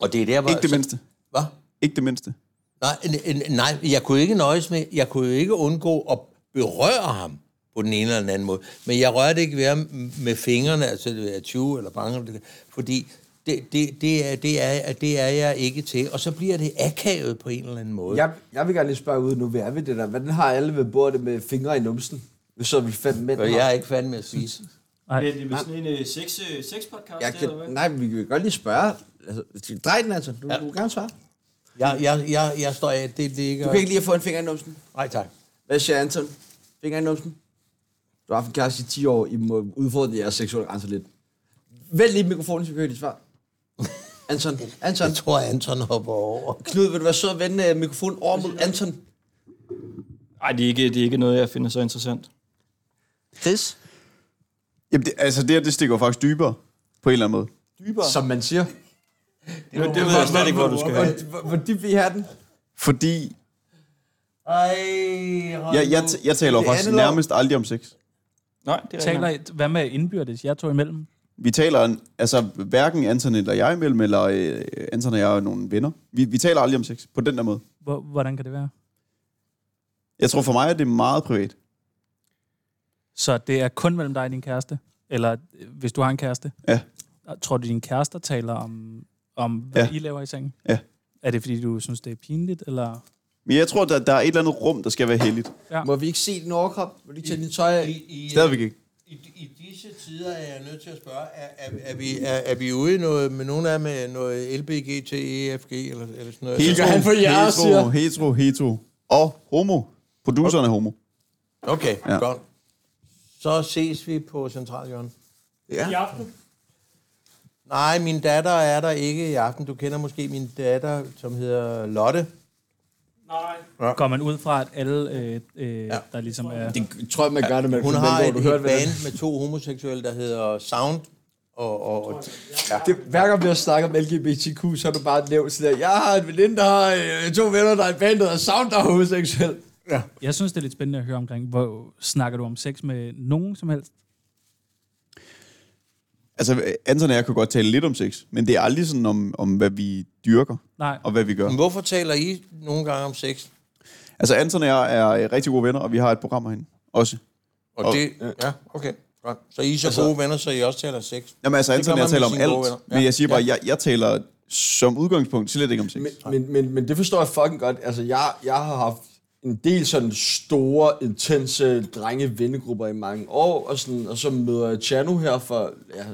Og det er der, hvor...
Ikke det mindste?
Hvad?
Ikke det mindste?
Nej, n- n- nej, jeg kunne ikke nøjes med, jeg kunne jo ikke undgå at berøre ham på den ene eller den anden måde. Men jeg rørte ikke ved ham med fingrene, altså det er 20 eller bange, fordi det, det, det, er, det, er, det er jeg ikke til. Og så bliver det akavet på en eller anden måde.
Jeg, jeg vil gerne lige spørge ud nu, hvad er vi det der? Hvordan har alle ved bordet med fingre i numsen? Nu så vi fem mænd.
Og jeg er ikke fandme med at spise.
Nej. Det er sådan en øh, sex, øh, sex-podcast,
Jeg kan,
eller hvad?
nej, men vi kan godt lige spørge. Altså, drej den altså. Du, ja. du må gerne svare.
Jeg, jeg, jeg, jeg står af, det, det er ikke...
Du kan ikke lige få en finger i numsen?
Nej, tak.
Hvad siger Anton? Finger i numsen? Du har haft en kæreste i 10 år. I må udfordre jeres seksuelle grænser lidt. Vælg lige mikrofonen, så vi kan høre dit svar. Anton, Anton. Jeg
tror, Anton hopper over.
Knud, vil du være sød at vende øh, mikrofonen over mod Anton?
Nej, det er, ikke, det er ikke noget, jeg finder så interessant.
Chris?
Jamen, det, altså det her, det stikker jo faktisk dybere, på en eller anden måde.
Dybere? Som man siger.
Det, det ved jeg slet ikke, hvor du skal have.
Hvor, hvor dybt vi have den?
Fordi
Ej,
jeg, jeg, jeg taler jo faktisk nærmest aldrig om sex.
Nej,
er
Taler, I- hvad med indbyrdes? Jeg tog imellem.
Vi taler altså hverken Anton eller jeg imellem, eller øh, Anton og jeg er nogle venner. Vi, vi taler aldrig om sex, på den der måde.
Hvor, hvordan kan det være?
Jeg tror for mig, at det er meget privat.
Så det er kun mellem dig og din kæreste? Eller øh, hvis du har en kæreste?
Ja.
Og Tror du, dine kærester taler om, om hvad
Ja.
ja. I laver i sengen?
Ja.
Er det, fordi du synes, det er pinligt, eller...
Men jeg tror, der, der er et eller andet rum, der skal være heldigt.
Ja.
Må vi ikke se din overkrop? Må du ikke tage din tøj af?
Stadigvæk ikke.
I disse tider er jeg nødt til at spørge, er, er, er, vi, er, er vi ude i noget, med nogen af jer med noget LBG til EFG E eller, eller sådan noget?
Hetero,
Eller-
hetero, hetero, hetero. Og homo. Produceren er homo.
Okay,
Ja.
ja. godt. Så ses vi på Centraljørn.
Ja.
I aften.
Nej, min datter er der ikke i aften. Du kender måske min datter, som hedder Lotte.
Ja. Går man ud fra, at alle, øh, øh, ja. der ligesom er...
Det tror jeg, man gør det med
Hun har et, et band
hvad
med to homoseksuelle, der hedder Sound. Og, og, og ja.
Det, hver gang vi har snakket om LGBTQ, så er du bare nævnt sådan der, jeg har en veninde, der har øh, to venner, der er i bandet, og sound, der er hovedseksuel.
Ja.
Jeg synes, det er lidt spændende at høre omkring. Hvor snakker du om sex med nogen som helst?
Altså, øh, Anton og jeg kunne godt tale lidt om sex, men det er aldrig sådan om, om hvad vi dyrker,
Nej.
og hvad vi gør.
Men hvorfor taler I nogle gange om sex?
Altså, Anton og jeg er øh, rigtig gode venner, og vi har et program herinde også.
Og, og det, ja, okay. Godt. Så I er så altså,
Altså-
gode venner, så I også taler sex?
Jamen, altså,
Det gør
Anton og jeg
man med
taler om
sine gode
alt,
venner.
men jeg siger bare, jeg, jeg taler som udgangspunkt slet ikke om sex.
Men, men, men det forstår jeg fucking godt. Altså, jeg, jeg har haft en del sådan store, intense drenge-vennegrupper i mange år, og, sådan, og så møder jeg Chano her for ja,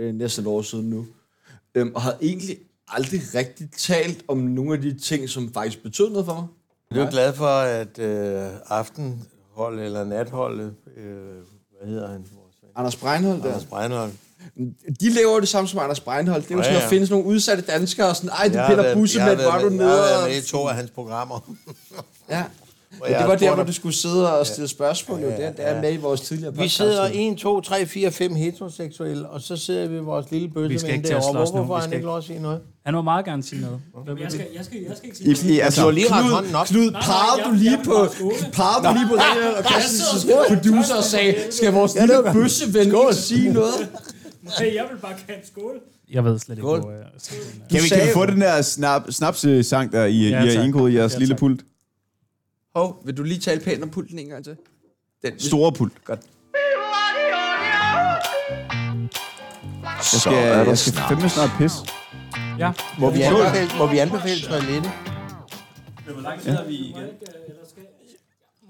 øh, næsten et år siden nu, øhm, og har egentlig aldrig rigtig talt om nogle af de ting, som faktisk betød noget for mig.
Jeg er jo glad for, at øh, aftenhold eller natholdet, øh, hvad hedder han?
Anders Breinholt der.
Anders Breinholt.
De laver det samme som Anders Breinholt. Det er jo
Ja,
sådan, at
ja.
finde sådan nogle udsatte danskere, og sådan, ej, du
Jeg har
piller
været-
busse
jeg har
med,
været
var du
med- Jeg har
nede
været
og...
med i to af hans programmer.
Ja.
Og jeg
Men det
har
var der,
spurgt
hvor
ham-
du skulle sidde og stille spørgsmål. Jo, det er, det er med i vores tidligere
Vi
podcast.
sidder
nu.
1, 2, 3, 4, 5 heteroseksuelle, og så sidder vi ved vores lille
Vi skal
bøsse med
ikke til at
derovre.
slås nu.
Hvorfor får
Vi
han
skal
ikke
ikke.
lov at sige noget?
Han må meget gerne sige noget.
Jeg skal, jeg skal, jeg skal ikke sige
I, I, altså,
Du har lige rakt
Knud,
hånden op.
Knud, parrede du lige på, parrede du lige på Daniel og Christens producer og sagde, skal vores lille bøsseven ikke sige noget?
Hey, jeg vil bare kalde skål.
Jeg ved slet ikke,
Skål.
hvor... Øh, skålen er.
Kan vi, kan vi
sagde-
få den der snap, snapsesang, der I,
Ja,
ja, I har
tak.
indkodet i jeres
Ja,
lille
tak.
pult?
Hov, vil du lige tale pænt om pulten en gang til? Den,
Store pult.
Godt.
Jeg
Så
skal,
er der
jeg skal
snart.
fandme snart pisse.
Ja.
Må vi
Skål.
anbefale, må vi anbefale noget lidt?
Men hvor lang tid har vi igen?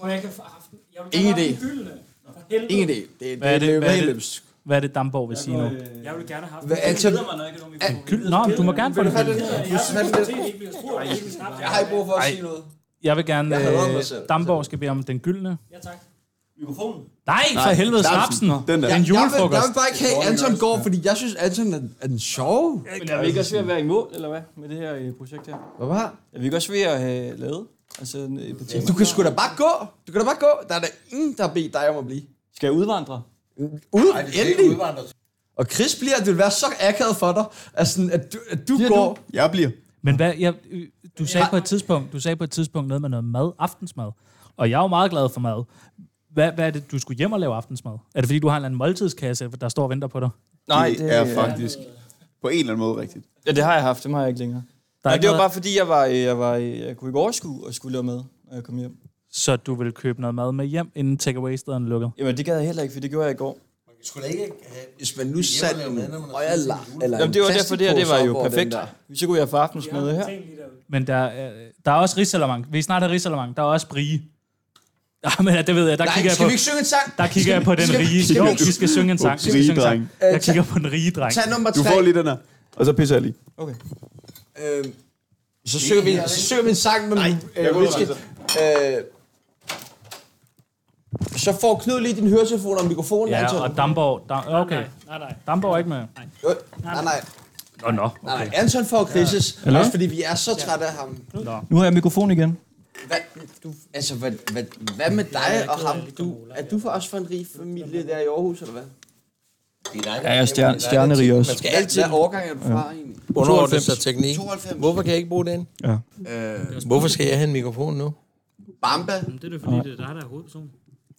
Må jeg ikke få aften? Jeg vil
Ingen
gerne have
idé.
haft den gyldne. For helvede.
Ingen idé. Det, det,
Hvad er det,
det,
hvad er
det,
det, hvad er det Damborg vil sige nu?
Jeg vil gerne have haft
Hvad,
den.
altså-
Jeg gider mig, når jeg ikke er nogen mikrofon.
Nå, men du må gerne få det.
det,
fyldt.
Jeg synes, det er ikke bliver spurgt. Jeg skal snakke.
Jeg har ikke brug for at sige noget.
Jeg vil gerne...
Jeg hader mig
øh,
selv.
Damborg skal bede om den gyldne.
Ja, tak.
Mikrofonen?
Nej, for helvede,
Snapsen.
snapsen.
Den der.
En
Jeg vil, jeg vil
julefrokost.
bare ikke have, at Anton går, fordi jeg synes, Anton er, er den sjove.
Men er vi ikke også ved at være i mål, eller hvad?
Med det her øh, projekt her.
Hvad var
Er vi ikke også ved at have
øh,
lavet? Altså, en, øh, på timer?
Du kan sgu da bare gå. Du kan da bare gå. Der er da ingen, der har bedt dig om at blive.
Skal jeg udvandre?
Ud, endelig. Og Chris bliver, det vil være så akavet for dig, at, sådan, at du, at du går.
Jeg bliver.
Men hvad, jeg, øh, du, sagde på et tidspunkt, du sagde på et tidspunkt noget med noget mad, aftensmad. Og jeg er jo meget glad for mad. Hvad, hvad er det, du skulle hjem og lave aftensmad? Er det fordi, du har en eller anden måltidskasse, der står og venter på dig?
Nej, det er faktisk på en eller anden måde rigtigt.
Ja, det har jeg haft, det har jeg ikke længere.
Der er
Nej,
ikke
det var
noget-
bare fordi, jeg, var, øh, jeg, var, øh, jeg kunne ikke overskue at skulle lave mad, når jeg kom hjem.
Så du vil købe noget mad med hjem, inden takeaway-stederne lukker?
Jamen, det gad jeg heller ikke, for det gjorde jeg i går.
Skulle ikke
øh,
have... Hvis man nu satte en røgerlam, eller
Jamen, det var
en
derfor, det her det var
plastikpose
jo
op over den
perfekt. Så kunne jeg få aftensmad her.
Men der, øh, der er også risalamang. Vi snart har risalamang. Der er også brie. Ja, men det ved jeg. Der
Nej,
kigger
skal
jeg på,
vi ikke synge en sang?
Der kigger jeg på den
Skal vi-
rige.
skal vi-
Jo,
skal vi-
vi skal synge en
Åh,
sang. Vi skal
rige
synge en sang.
dreng.
Jeg
Øh, tag-
kigger på den rige dreng.
tag nummer
Du
tre.
får lige den her, og så pisser jeg lige.
Okay.
Øhm, så søger vi, så søger vi en sang med... Nej,
jeg
øh,
går ud og
hvilket, øh, så får Knud lige din høretelefoner og mikrofonen,
Ja,
Anton.
og Damborg. Dam, okay.
Nej, nej.
Damborg er ikke med.
Øh, nej, nej.
Nå, nå.
Nej, nej. Anton får krisis, ja.
Hallo?
også fordi vi er så trætte af ham.
Nu har jeg mikrofon igen.
Hvad, du, altså, hvad, hvad, hvad med dig og ham? Du, er du for også for en rig familie der i Aarhus, eller hvad?
Ja, jeg er stjerne, stjernerig også.
Man skal altid... Hvad årgang er du fra,
Ja.
egentlig?
Underordnet
92.
sig teknik. Hvorfor kan jeg ikke bruge den?
Ja.
Øh, Hvorfor skal jeg have en mikrofon nu?
Bamba?
Jamen, det er da fordi, det er dig, der er hovedpersonen.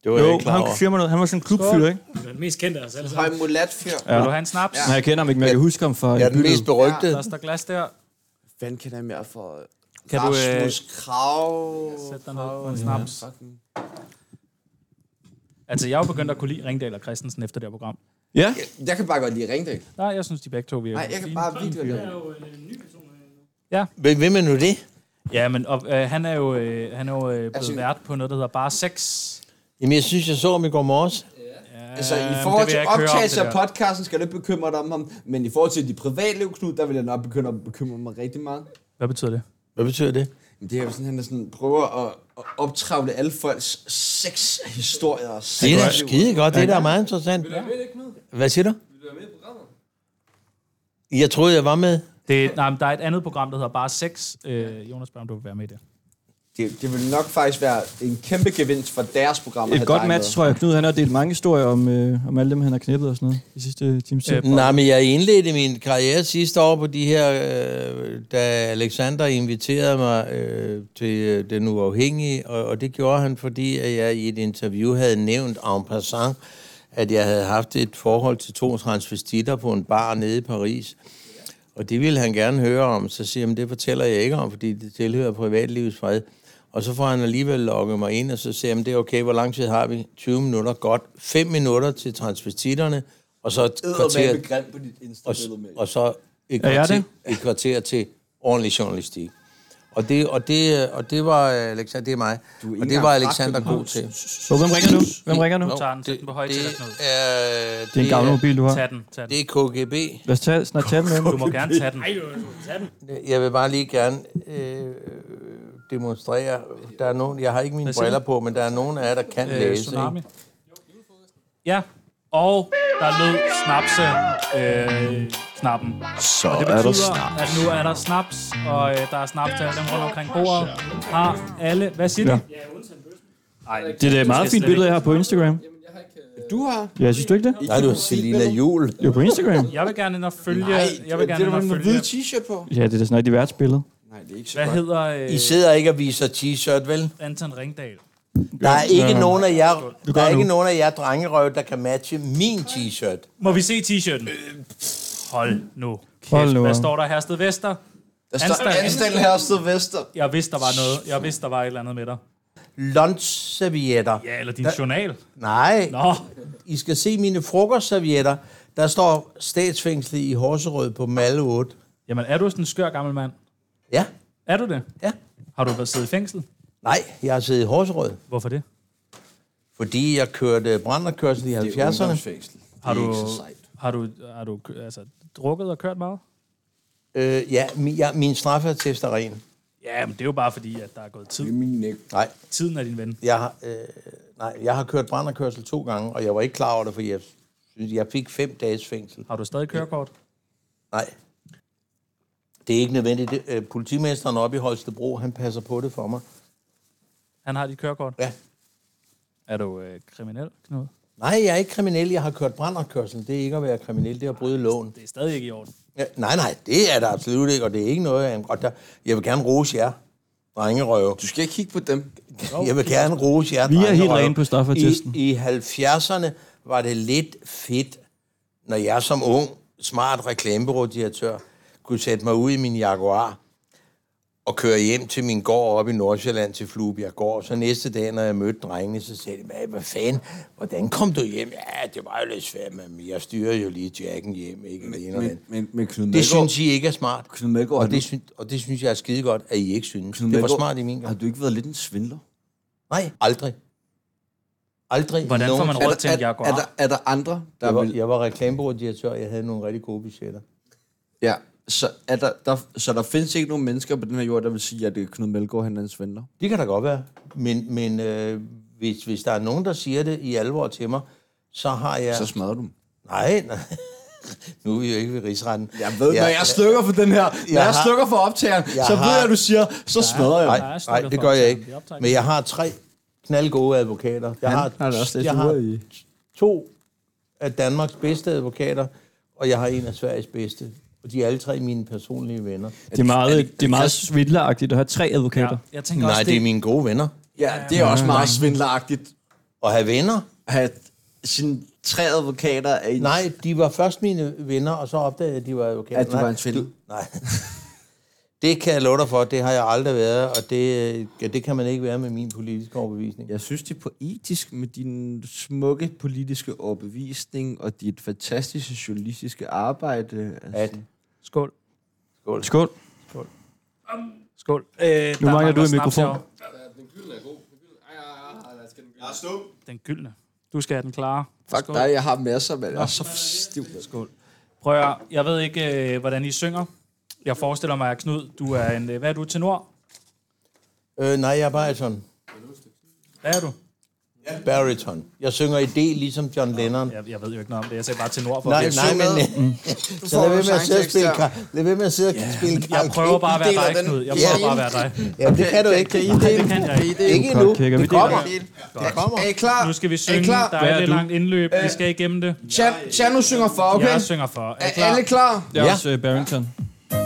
Det var jeg ikke klar
han
over.
firma noget. Han var sådan en klubfyr, ikke?
Du er den mest kendte af os alle
sammen. Mulat fyr.
Ja.
Vil du have en snaps?
Men jeg kender ham ikke, men jeg kan huske ham fra...
Jeg er den
bylivet.
mest berygtede.
Der står glas der.
Hvad kan jeg mere for...
Kan du, øh,
Rasmus Krav...
Sæt dig ned på en snaps.
Fucking-
Altså, jeg er jo begyndt at kunne lide Ringdal og Christensen efter det her program.
Ja?
Jeg, jeg kan bare godt lide Ringdæk.
Nej, jeg synes, de begge to virker.
Nej, jeg kan bare virkelig godt lide
Ja.
Hvem er nu det?
Ja, men og, øh, han er jo, øh, han er jo øh, blevet
Altså-
altså, vært på noget, der hedder Bare 6.
Jamen, jeg synes, jeg så ham i går morges.
Altså,
Øhm,
i
det
forhold
vil
til
jeg ikke høre om,
optagelser af
det der.
podcasten, skal du ikke bekymre dig om ham. Men i forhold til de privatliv, Knud, der vil jeg nok begynde at bekymre mig rigtig meget.
Hvad betyder det?
Hvad betyder det?
Men det er jo sådan, han er sådan, prøver at, at optravle alle folks sexhistorier. og
Det er da
sexliv.
skide godt. Det er da meget interessant. Hvad siger du? Jeg troede, jeg var med.
Det, nej, men der er et andet program, der hedder Bare 6. Øh, Jonas spørger, om du vil være med i det.
det, det vil nok faktisk være en kæmpe gevinst for deres program. at
Et
have
godt
dig
match,
med.
tror jeg. Knud, han har delt mange historier om, øh, om alle dem, han har knippet og sådan noget i sidste times
Øh,
tid.
Nej, men jeg indledte min karriere sidste år på de her, øh, da Alexander inviterede mig øh, til øh, Den Uafhængige, og, og det gjorde han, fordi at jeg i et interview havde nævnt en passant, at jeg havde haft et forhold til to transvestitter på en bar nede i Paris. Og det ville han gerne høre om, så siger han, det fortæller jeg ikke om, fordi det tilhører privatlivets fred. Og så får han alligevel lukket mig ind, og så siger han, det er okay, hvor lang tid har vi? 20 minutter, godt. 5 minuder til transvestitterne, og så et kvarter,
Eddermame grim på dit insta
og, s- og så et
Ja, jeg er
kvarter,
det.
et kvarter til ordentlig journalistik. Og det, og det, og det var øh, Alexander, det er mig. Og det
engang
var
fra
Alexander god
København.
til.
Så hvem ringer nu? Hvem ringer nu?
Du tager den, sæt den på højtaler, Knud.
Øh, det,
Det er en gammel mobil, du har.
Tag den, tag den.
Det er KGB.
Lad os tage, snart tage den med.
Du må gerne tage den.
Jeg vil bare lige gerne øh, demonstrere. Der er nogen, jeg har ikke mine
siger du?
briller på, men der er nogen af jer, der kan
Øh,
læse.
tsunami.
Ikke?
Ja, og der lød snapse-knappen.
Så
og det
er der
betyder,
snaps.
at nu er der snaps, og øh, der er snaps til alle dem rundt omkring bordet. Har alle... Hvad siger
Ja.
de? Ej,
Det er da et
du
meget
skal
fint
slet
billede, jeg har øh, på Instagram.
Du har...
Ja, synes du ikke det?
Nej, du er Selina Jul.
Jo, på Instagram.
ikke. Jeg vil gerne ind og følge...
Nej,
jeg vil gerne
det
ind
er
og
du med
følge...
en hvid t-shirt på.
Ja, det er da sådan et i værtsbillede.
Nej, det er ikke så
Hvad
godt.
hedder øh,
I sidder ikke og viser t-shirt, vel?
Anton Ringdal?
Der er ikke
Ja.
nogen af jer,
Du
der er
gør
ikke
nu.
nogen af jer drengerøv, der kan matche min t-shirt.
Må vi se t-shirten?
Øh,
Hold nu. Kæft,
Hold nu
hvad
op.
står der? Hersted Vester?
Der står Anstal Hersted Vester.
Jeg vidste, der var noget. Jeg vidste, der var et eller andet med dig.
Lunch-servietter.
Ja, eller din
Der-
journal.
Nej,
Nå,
I skal se mine frokostservietter. Der står statsfængslet i Horserød på Malle 8.
jamen er du sådan en skør gammel mand?
Ja,
Er du det?
Ja.
Har du været siddet i fængsel?
nej, jeg har siddet i Horserød.
Hvorfor det?
Fordi jeg kørte branderkørsel i 70'erne.
ungdomsfængsel.
Har
Det er
du,
ikke så sejt.
har du, har du kø- altså, drukket og kørt meget?
Øh, ja, min, ja, min straffertest er ren.
Ja, men det er jo bare fordi, at der er gået
Det
tid.
er min næg.
Nej,
Tiden er din ven.
jeg har, øh, nej, jeg har kørt branderkørsel to gange, og jeg var ikke klar over det, for jeg, synes, jeg fik fem dages fængsel.
Har du stadig kørekort?
Nej. Det er ikke nødvendigt. Det, øh, politimesteren oppe i Holstebro, han passer på det for mig.
Han har dit kørekort.
Ja.
Er du øh, kriminel, Knud?
Nej, jeg er ikke kriminel. Jeg har kørt branderkørsel. Det er ikke at være kriminel, det er at bryde loven.
Det er stadig ikke i orden.
Ja, nej, nej, det er der absolut ikke, og det er ikke noget... Og der, jeg vil gerne rose jer, drengerøve.
Du skal ikke kigge på dem.
Jeg vil gerne rose jer,
Vi er helt
drengerøve.
rene på stoffertesten.
I, I 70'erne var det lidt fedt, når jeg som ung, smart reklamebureaudirektør, kunne sætte mig ud i min Jaguar og køre hjem til min gård op i Nordsjælland til Flubjerg Gård. Så næste dag, når jeg mødte drengene, så sagde de, "Hvad- hvad fanden, hvordan kom du hjem? Ja, det var jo lidt svært, men jeg styrer jo lige jacken hjem, ikke? Men, men,
Men, men, men Knud
det
Madgaard,
synes I ikke er smart.
Knud Madgaard,
Og det, synes, og det synes jeg er skide godt, at I ikke synes. Det var smart i min
Har
gang.
du ikke været lidt en svindler?
Nej, aldrig. Aldrig.
Hvordan får man
nogensinde.
råd til en
er, er,
Jaguar?
der, er der andre, der
Jeg var,
vil...
jeg var reklamebureaudirektør, og jeg havde nogle rigtig gode budgetter.
Ja, så, er der, der, så der findes ikke nogen mennesker på den her jord, der vil sige, at det er Knud Melgaard, han er en svindler.
Det kan da godt være. Men, men øh, hvis, hvis der er nogen, der siger det i alvor til mig, så har jeg...
Ja. Så smadrer du dem.
Nej, nej. nu er vi jo ikke ved rigsretten.
Jeg ved, ja, når jeg slukker for den her, når jeg, jeg
har-
slukker for optageren,
Jeg
så ved
har-
jeg, du siger, så smadrer jeg.
Nej,
Nej,
jeg
nej,
slukker
det
for
gør jeg
optageren. Vi
ikke.
optager
Men jeg har tre knaldgode advokater. Jeg har,
har da også lidt
jeg har
ude i-
to af Danmarks bedste advokater, og jeg har en af Sveriges bedste. Og de er alle tre mine personlige venner.
Det er meget, det er meget svindleragtigt at have tre advokater.
Ja, jeg tænker
Nej,
også,
det er mine gode venner.
Ja, det er også meget svindleragtigt
At have venner?
at have sine tre advokater af en...
Nej, de var først mine venner, og så opdagede jeg, at de var advokater.
At du
Nej,
var en svindel.
Nej. Det kan jeg love dig for, det har jeg aldrig været, og det, øh, ja, det kan man ikke være med min politiske overbevisning.
Jeg synes, det er poetisk med din smukke politiske overbevisning og dit fantastiske journalistiske arbejde. Altså.
At,
Skål.
Skål.
Skål. Øh,
Nu mangler du en mikrofon.
Den gyldne. Du skal have den klare.
Fuck
Skål.
dig, jeg har masser, men jeg er så stiv.
Skål. Prøv at, høre, jeg ved ikke, øh, hvordan I synger. Jeg forestiller mig, at Knud, du er en... øh, Hvad er du, tenor?
øh, nej, jeg er baryton.
Hvad er du?
Baryton. Jeg synger i D, ligesom John Lennon.
Jeg, jeg ved jo ikke noget om det. Jeg sagde bare tenor for
Nej,
at-
nej, men... så lad være med at sidde og spille,
sangtekst
ka- lad være med at sidde og spille karaoke.
Jeg prøver bare at være
deler
dig,
den.
Knud. Jeg
Ja,
prøver
det-
bare at være dig.
Ja, det kan du ikke.
I det?
kan jeg ikke.
Kan I det?
Ikke endnu.
Kækker, vi
Det
deler.
kommer.
Det kommer. Er I klar?
Nu skal vi
Er
synge.
I klar?
Der
Hvad
er
er
et lidt
du?
langt indløb. Vi skal igennem det.
Chan- Chano synger for, okay?
Jeg synger for. Er I
Er
klar?
alle klar?
Jeg er
Ja.
også øh, Barrington.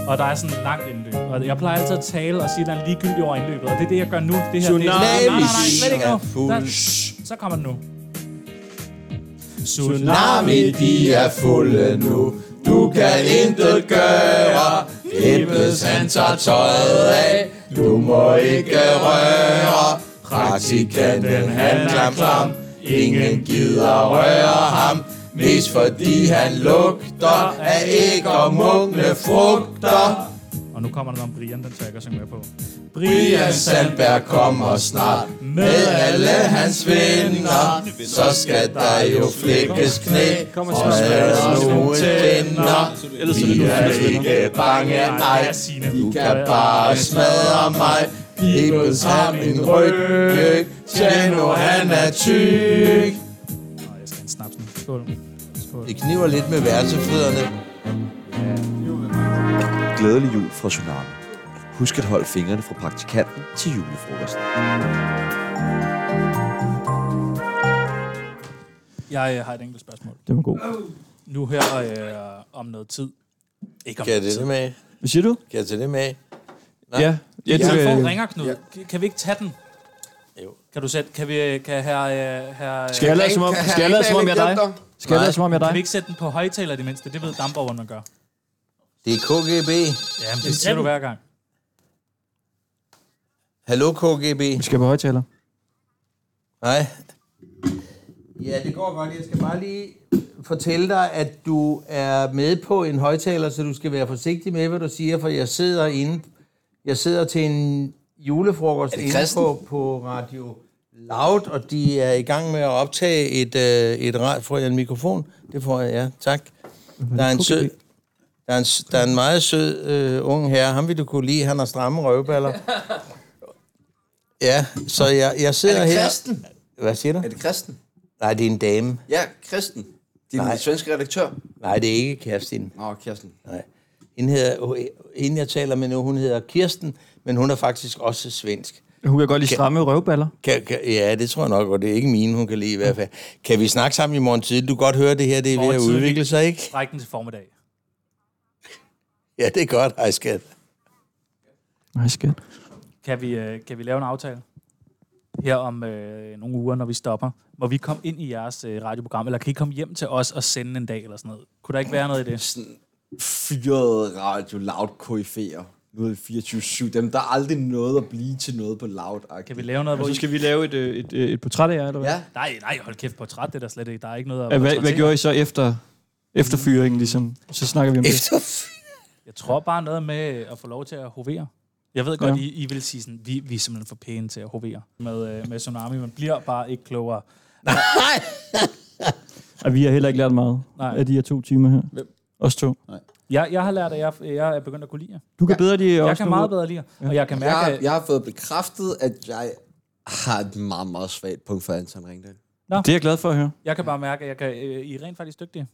Og der er sådan et langt indløb. Og jeg plejer altid at tale og sige, at der er ligegyldigt over indløbet. Og det er det, jeg gør nu. Det her, det er-
Tsunami
Nej, nej, nej, slet ikke
er
nu.
fuld.
Der- Shh, Så kommer den nu.
Tsunami, de er fulde nu. Du kan intet gøre. Ebbes han tager tøjet af. Du må ikke røre. Praktikanten han er klam. Ingen gider røre ham. Mest fordi han lugter af æg og mungne frugter.
Og nu kommer den om Brian, den tør jeg ikke at synge med på.
Brian Sandberg kommer snart med alle hans venner. Så skal der jo flækkes knæ og smadres nogle tænder. Vi er ikke bange, ej,
Signe.
du kan bare smadre mig. Gibbels har min ryg, Tjano han er tyk.
Nå, jeg skal have en snaps nu. Skål. Skål.
Det kniver lidt med værtsefødderne.
Glædelig jul fra Tsunami. Husk at holde fingrene fra praktikanten til julefrokosten.
Jeg øh, har et enkelt spørgsmål.
Det var god.
Nu her øh, om noget tid. Ikke om noget tid.
med?
Hvad siger du?
Kan jeg tage det med?
Ja. ja
Hvis
du,
man får
øh,
ringer, Knud, kan- kan vi ikke tage den?
Jo.
Kan du sætte, kan vi, øh, kan her, her,
skal jeg lade som om, skal jeg lade som om jeg er dig? Skal jeg lade som om jeg er
kan vi
dig?
ikke sætte den på højtaler i det mindste? Det ved dampborgeren, man gør.
Det er KGB.
Jamen, det siger du hver gang.
Hallo KGB.
Vi skal på højtaler.
Nej. Ja, det går godt. Jeg skal bare lige fortælle dig, at du er med på en højtaler, så du skal være forsigtig med, hvad du siger, for jeg sidder inde, jeg sidder til en julefrokost inde på, på Radio Loud, og de er i gang med at optage et, øh, et ra- Får jeg en mikrofon? Det får jeg, ja. Tak. Der er en sød... Der er en, s- der er en meget sød øh, ung herre. Ham vil du kunne lide. Han har stramme røvballer. Ja, så jeg, jeg sidder
Er det
her...
kristen?
Hvad siger du?
Er det kristen?
Nej, det er en dame.
Ja, kristen. Det er
Nej.
den svenske redaktør.
Nej, det er ikke Kerstin.
Nå, Kirsten.
Nej. Hende, hedder, hende, jeg taler med nu, hun hedder Kirsten, men hun er faktisk også svensk.
Hun kan godt lide stramme røvballer.
Kan, kan, ja, det tror jeg nok, og det er ikke mine, hun kan lide i hvert fald. Kan vi snakke sammen i morgen tidlig? Du kan godt høre det her, det er ved at
Morgen tidlig.
udvikle sig, ikke?
Stræk den til formiddag.
Ja, det er godt, hej skat.
Nej, skat.
Kan vi, øh, kan vi lave en aftale her om øh, nogle uger, når vi stopper? Må vi komme ind i jeres øh, radioprogram, eller kan I komme hjem til os og sende en dag eller sådan noget? Kunne der ikke være noget i det?
Sådan fyret radio loud koryfæer. Nu er det 24-7. Dem, der er aldrig noget at blive til noget på loud. Kan
vi lave noget, hvor
Så
I-
skal vi lave et, øh, et, øh, et portræt af jer, eller hvad?
Ja.
Nej, nej, hold kæft, portræt, det er der slet ikke. Der er ikke noget at
Ja, hvad, hvad
portrættere.
gjorde I så efter, efter fyringen, ligesom? Så snakker vi om
efter
Jeg tror bare noget med at få lov til at hovere. Jeg ved godt,
Ja.
ja. I, I vil sige sådan, vi, vi er simpelthen for pæne til at hovere med, øh, med Tsunami. Man bliver bare ikke klogere.
det. Og vi har heller ikke lært meget
Nej.
af de her to timer her.
Hvem?
Os to.
Jeg, jeg har lært, at jeg, jeg er begyndt at kunne lide jer.
Du kan bedre lide
Jeg
os
kan
nu.
meget bedre lide jer. Og jeg kan mærke,
jeg,
at...
jeg har fået bekræftet, at jeg har et meget, meget svagt punkt for Anton Ringdal.
Nå.
Det er jeg glad for at høre.
Jeg kan bare mærke, at jeg kan, øh, I er rent faktisk dygtige.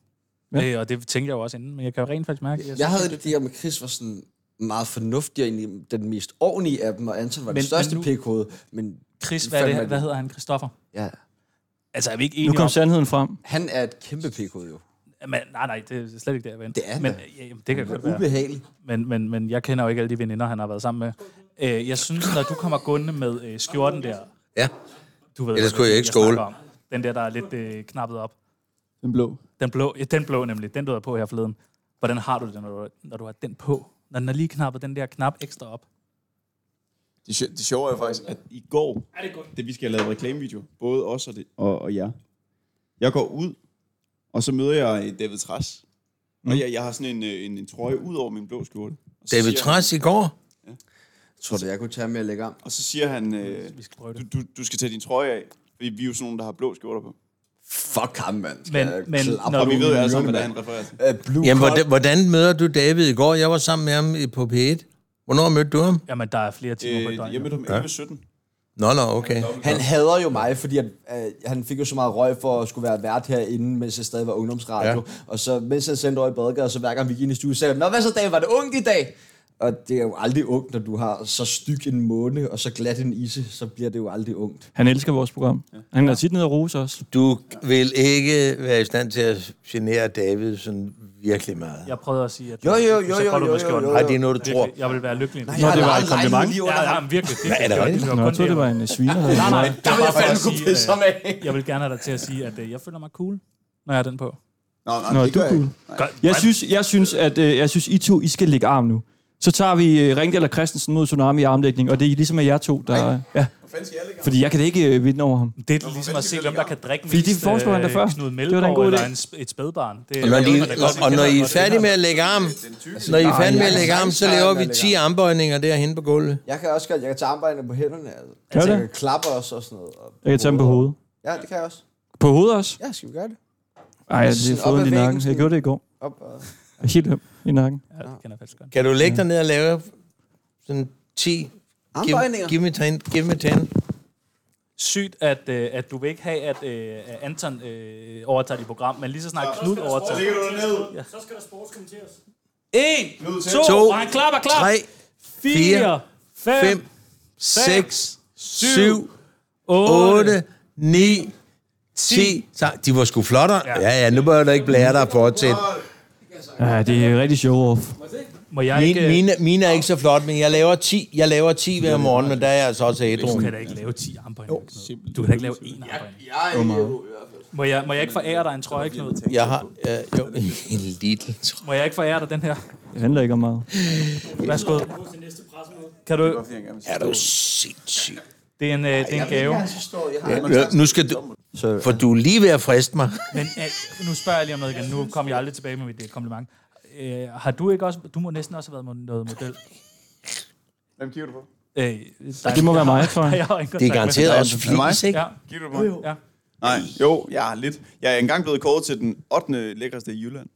Ja.
Ja. Øh, og det tænkte jeg jo også inden, men jeg kan jo rent faktisk mærke, at
Jeg havde det der med Chris var sådan meget fornuftig og egentlig den mest ordentlige af dem, og Anton var men,
Men-
den største
men
men
nu-
pikhoved. Men
Chris, hvad, er det, hvad hedder han? Christoffer?
Ja.
Altså, er vi ikke
Nu
enige
kom
om...
sandheden frem.
Han er et kæmpe pikhoved jo.
Men, nej, nej, det er slet ikke der, ven.
Det er han
men,
da.
ja, jamen, det kan
Han er
godt være.
ubehagelig.
Men, men, men jeg kender jo ikke alle de veninder, han har været sammen med. Øh, jeg synes, når du kommer gående med øh, skjorten der...
Ja.
Du ved,
Ellers
hvad
kunne jeg ikke skåle.
snakker om. Den der, der er lidt øh, knappet op.
Den blå.
Den blå, ja, den blå nemlig. Den, du havde på her forleden. Hvordan har du det, når du, når du har den på? Når den er lige knappet den der knap ekstra op.
Det, sjo- det sjove er faktisk, at i går, det vi skal have lavet reklamevideo, både os og, det, og, og jer. Jeg går ud, og så møder jeg øh, David Træs. Mm. Og jeg, jeg har sådan en, øh, en, en trøje ud over min blå skjorte. Og så
David
siger
Træs i går?
Tror du, jeg kunne tage med at lægge om?
Han, og så siger han, øh, du, du, du skal tage din trøje af, fordi vi er jo sådan nogen, der har blå skjorter på.
Fuck ham, mand.
Men- men når
og
du-
vi ved jo alle sammen,
Mand.
hvad han refererer til.
Øh, blue
Jamen,
collar.
hvordan, hvordan møder du David i går? Jeg var sammen med ham i- på P1. Hvornår mødte du ham?
Jamen, der er flere timer på et
Øh,
døgn.
jeg mødte ham 11.17.
Nå, nå, okay.
Han hader jo mig, fordi at, øh, han fik jo så meget røg for at skulle være vært herinde, mens jeg stadig var ungdomsradio. Ja. Og så mens jeg sendte over i badegade, så hver gang vi gik ind i studiet, sagde han, Nå, hvad så dag, var det ungt i dag? Og det er jo aldrig ungt, når du har så styk en måne og så glat en isse, så bliver det jo aldrig ungt.
Han elsker vores program. Han er tit nede og rose os.
Du vil ikke være i stand til at genere David sådan virkelig meget.
Jeg prøvede at sige, at
Jo, jo, jo,
så
jo,
prøver du
jo,
med
jo,
skjorten.
jo, jo.
Nej, det er noget, du tror.
Virkelig, Jeg vil være lykkelig. Nej,
jeg har
det var
aldrig
et kompliment.
lejlighed lige under
ja,
ham.
ja, men virkelig. Det
Hvad er der
godt.
rigtigt?
var
Nå, jeg
kun
troede, det
det,
var en øh, sviner. der havde
Nej, nej,
været.
det var
fandme
bare
kunne
for at
pisse
sige,
ham af.
øh, jeg vil gerne have dig til at sige, at øh, jeg føler mig cool, når jeg har den på.
Nå, nej,
Nå,
det
du
gør jeg
cool.
ikke.
Jeg synes, jeg synes, at øh, jeg synes, I to, I skal lægge arm nu. Så tager vi øh, Ringdal og Christensen mod Tsunami i armlægning, og det er ligesom af jer to, der...
Hvor
Ja,
fanden skal jeg lægge ham?
fordi jeg kan da ikke øh, vinde over ham.
Det er ligesom at se, hvem der kan drikke mest.
Fordi det foreslog han da
øh,
først.
Knud
Det var da en
Melgaard
god
eller
idé.
en, sp- et spædbarn. Det,
Og når, de, og, og når I er færdige med at lægge arm, når I er færdige med at lægge arm, så laver vi 10 armbøjninger derhen på gulvet.
Jeg kan også godt, jeg kan tage armbøjene på hænderne. Altså, altså
det?
jeg kan klappe også og sådan noget. Og
Jeg kan tage ham på hovedet.
Ja, det kan jeg også.
På hovedet også?
Ja, skal vi gøre det?
Ej,
Altså
det er
sådan op ad
fået i
væggen,
nakken. Jeg
sådan-
gjorde det i går.
Op og...
Jeg er helt øm i nakken.
Ja, det kender jeg faktisk godt.
Kan du lægge dig ned og lave sådan 10? Give,
Armbøjninger.
give me 10. Give me 10.
Sygt, at, øh, at du vil ikke have, at øh, at Anton øh, overtager dit program, men lige så snart Knud overtager...
Ligger du ned?
Så skal der sportskommenteres.
1,
To,
2, og han klapper, klap!
3,
4, 5,
5, 6, 7,
8,
8, 9, 10. Så, de var sgu flottere. Ja, ja, nu bør jeg da ikke blære dig for at fortsætte.
Ja, det er rigtig show-off.
Må jeg ikke...
Mine, mine, mine er ikke så flotte, men jeg laver 10, jeg laver 10 hver morgen, men der er jeg altså også ædru.
Du kan da ikke lave 10 armbøjninger. Knud. Du kan da ikke lave én armbøjning. Må jeg, må jeg ikke forære dig en trøje, Knud?
Jeg har øh, jo, en lille trøje.
Må jeg ikke forære dig den her?
Det handler ikke om meget.
Værsgo. Kan du...
Er du sindssyg?
Det er en, øh, det er en gave.
Ja, nu skal du... For du er lige ved at friste mig.
Men øh, nu spørger jeg lige om noget igen. Nu kommer jeg aldrig tilbage med mit øh, kompliment. Øh, har du ikke også... Du må næsten også have været mod- noget model.
Hvem kigger du på?
Øh,
Det må være mig, tror jeg.
jeg har ingen
Det er
kontakt
garanteret
med-
også flis, ikke?
Ja,
Kigger du på mig?
ja.
Nej, jo, ja, lidt. Jeg er engang blevet kåret til den 8. lækreste i Jylland.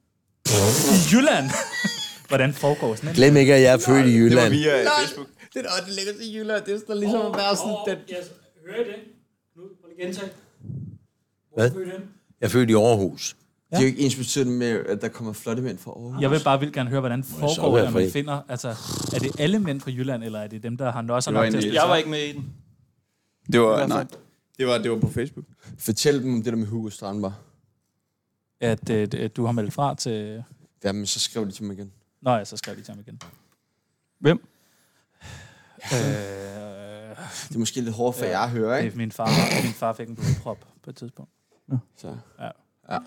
I Jylland! Hvordan foregår sådan en?
Glem ikke, at jeg er født i
Det var
Jylland.
via øh, Facebook.
Den 8. ligger til Jylland, det står ligesom at være sådan den...
Yes, hører I det? Knud, prøv lige at gentage.
Hvad?
Hører I den?
Jeg er født i Aarhus.
Det er jo ikke ens betydende med, at der kommer flotte mænd fra Aarhus.
Jeg vil bare vildt gerne høre, hvordan foregår
være
det, når man
fri?
finder... Altså, er det alle mænd fra Jylland, eller er det dem, der har nok så
Det var
nok til
en
at
del.
spille?
Jeg
Jeg var ikke med i den.
Det var, nej. Det var, det var på Facebook.
Fortæl dem om det der med Hugo Strandberg.
at øh, d- du har meldt fra til...
Jamen, så skrev de til mig igen.
Nå ja, så skrev de til ham igen.
Hvem?
Øh,
Det er måske lidt hårdt for
ja,
jer at høre, ikke?
Det er min far, min far fik en blodprop på et tidspunkt.
Ja.
Så.
Ja. ja.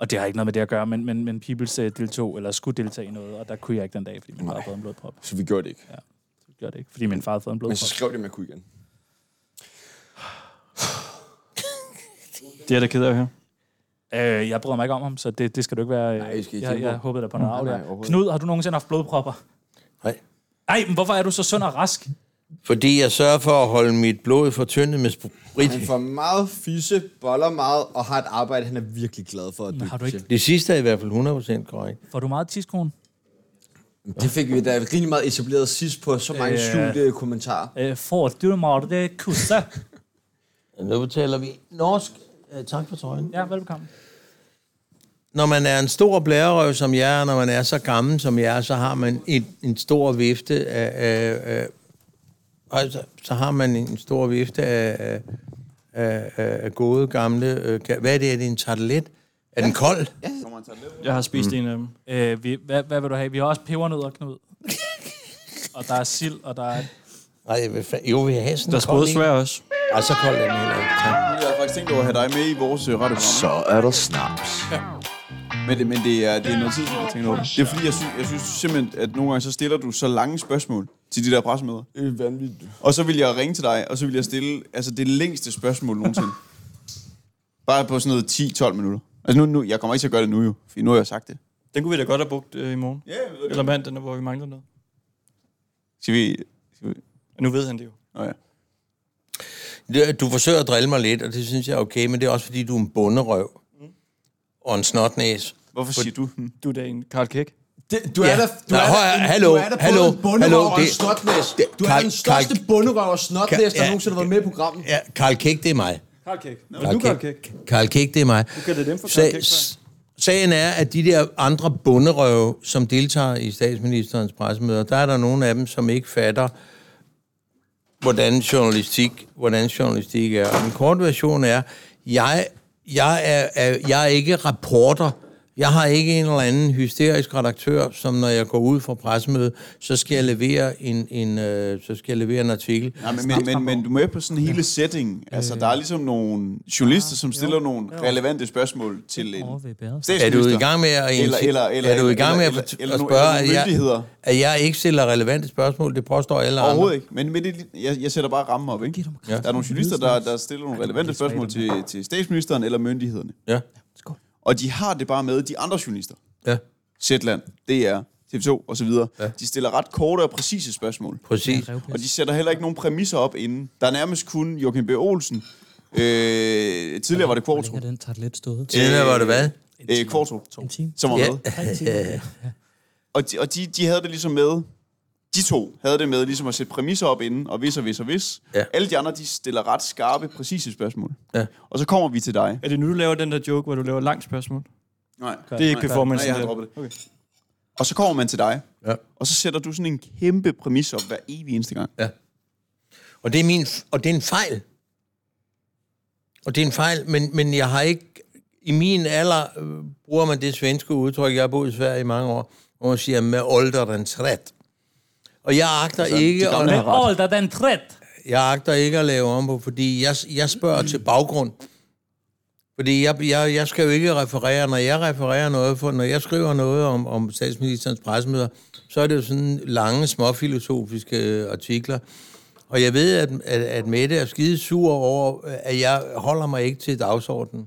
Og det har ikke noget med det at gøre, men, men, men Peoples øh, deltog, eller skulle deltage i noget, og der kunne jeg ikke den dag, fordi min far havde fået en blodprop.
Så vi gjorde det ikke.
Ja, så vi gjorde det ikke, fordi min far havde fået en blodprop.
Men så skrev de, at jeg kunne igen.
Det er da ked af at høre.
Øh, jeg bryder mig ikke om ham, så det, det skal du ikke være... Nej,
I skal ikke
jeg,
tænke
jeg
på.
håbede da på noget
Nej,
arv
nej,
der.
overhovedet
Knud, har du nogensinde haft blodpropper?
Nej.
Nej, men hvorfor er du så sund og rask?
Fordi jeg sørger for at holde mit blod fortyndet med sprit.
Han får meget fisse, boller meget, og har et arbejde, han er virkelig glad for at
Men har du ikke-
til.
Det sidste er i hvert fald 100% korrekt.
Får du meget tidskron?
Det fik vi da rimelig meget etableret sidst på så mange
Øh.
skjulte kommentarer.
Øh, får du meget det kusse?
Nu betaler vi norsk. Øh, tak for trøjen.
Ja, velkommen.
Når man er en stor blærerøv som jeg er, når man er så gammel som jeg er, så har man en, en stor vifte af... af, af altså, så har man en stor vifte af, af, af, af af gode gamle... Øh, ka- hvad er det? Er det en tartelet? Er den kold?
Jeg har spist mm. en af dem.
Øh, vi, hvad, hvad vil du have? Vi har også pebernødder, Knud. og der er sild, og der er...
Nej, hvad fa- jo, vi har sådan
Der
en
er både
kold en.
svær også.
Ej, så kold er den heller ikke. Tak.
Jeg har faktisk tænkt over at have dig med i vores øh, radioprogram.
Så er der snaps.
Men, det, men det, er, det er noget tid, jeg tænker over. Det er fordi, jeg synes, jeg synes simpelthen, at nogle gange så stiller du så lange spørgsmål til de der pressemøder.
Det er vanvittigt.
Og så vil jeg ringe til dig, og så vil jeg stille altså, det længste spørgsmål nogensinde. Bare på sådan noget 10-12 minutter. Altså nu, nu, jeg kommer ikke til at gøre det nu jo, for nu har jeg sagt det.
Den kunne vi da godt have brugt øh, i morgen.
Ja, jeg ved
Eller mandag, når- hvor vi mangler noget.
Skal vi... Skal vi?
Nu ved han det jo.
Nå ja.
Det- Du forsøger at drille mig lidt, og det synes jeg er okay, men det er også, fordi du er en bunderøv.
Mm.
Og en snotnæs.
Hvorfor siger du? Hm.
Du er da en Karl Kæk.
Det, du er
Ja.
da, du
Nå,
er
høj,
da, en-
hallo,
du er da
hallo,
både en
hallo,
bunderøv og en
det-
snotnæs.
det-
Du er
Karl-
den største
Karl-
bunderøv og snotnæs,
Karl-
der nogensinde har været med i programmet.
Ja, Karl Kæk, det er mig.
Karl Kæk. Nå,
Karl
du Karl Kæk?
Karl Kæk, det er mig.
Du kaldte dem for
Sag-
Karl Kæk før.
s- Sagen er, at de der andre bunderøve, som deltager i statsministerens pressemøder, der er der nogle af dem, som ikke fatter, hvordan journalistik, hvordan journalistik er. Og den korte version er, jeg, jeg, er, er, jeg er ikke rapporter. Jeg har ikke en eller anden hysterisk redaktør, som når jeg går ud fra pressemødet, så skal jeg levere en, en, øh, så skal jeg levere en artikel.
Nej, men, men, men, men du er med på sådan hele setting. Altså, der er
Øh.
ligesom nogle journalister, som stiller nogle relevante spørgsmål til en
Er
statsminister.
du i gang med at,
Eller- eller- eller-
er du i gang med
eller-
at,
eller-
at
eller
spørge,
nogle
at,
myndigheder?
jeg, at jeg ikke stiller relevante spørgsmål? Det påstår alle andre.
Overhovedet ikke. Men, men det, jeg, jeg sætter bare rammen op, ikke? Ja. Der er nogle journalister, der, der stiller nogle relevante spørgsmål til, til statsministeren eller myndighederne.
Ja,
Og de har det bare med, de andre journalister,
ja,
Zetland, DR, TV2 osv., ja. de stiller ret korte og præcise spørgsmål.
præcis.
Og de sætter heller ikke nogen præmisser op inden. Der er nærmest kun Joachim B. Olsen. Øh, tidligere var det Kvartrup.
Hvor den tager lidt stået?
Tidligere var det hvad?
Øh, Kvartrup,
En time?
som var
Ja.
med. Og, de, og de, de havde det ligesom med, de to havde det med ligesom at sætte præmisser op inden, og hvis og hvis og hvis.
Ja.
Alle de andre, de stiller ret skarpe, præcise spørgsmål.
Ja.
Og så kommer vi til dig.
Er det nu, du laver den der joke, hvor du laver et langt spørgsmål?
Nej,
Det er ikke
nej,
performance.
jeg har droppet det. Okay. Og så kommer man til dig,
Ja.
og så sætter du sådan en kæmpe præmis op hver evig eneste gang.
Og det er, min, og det er en fejl. Og det er en fejl, men, men jeg har ikke... I min alder øh, bruger man det svenske udtryk, jeg har boet i Sverige i mange år, hvor man siger, med ålderens ret. Og jeg agter
Altså,
ikke... at-
Men ålder, den træt!
Jeg agter ikke at lave om på, fordi jeg, jeg spørger til baggrund. Fordi jeg, jeg, jeg skal jo ikke referere, når jeg refererer noget, for når jeg skriver noget om, om statsministerens pressemøder, så er det jo sådan lange, småfilosofiske øh, artikler. Og jeg ved, at, at, at Mette er skide sur over, øh, at jeg holder mig ikke til dagsordenen.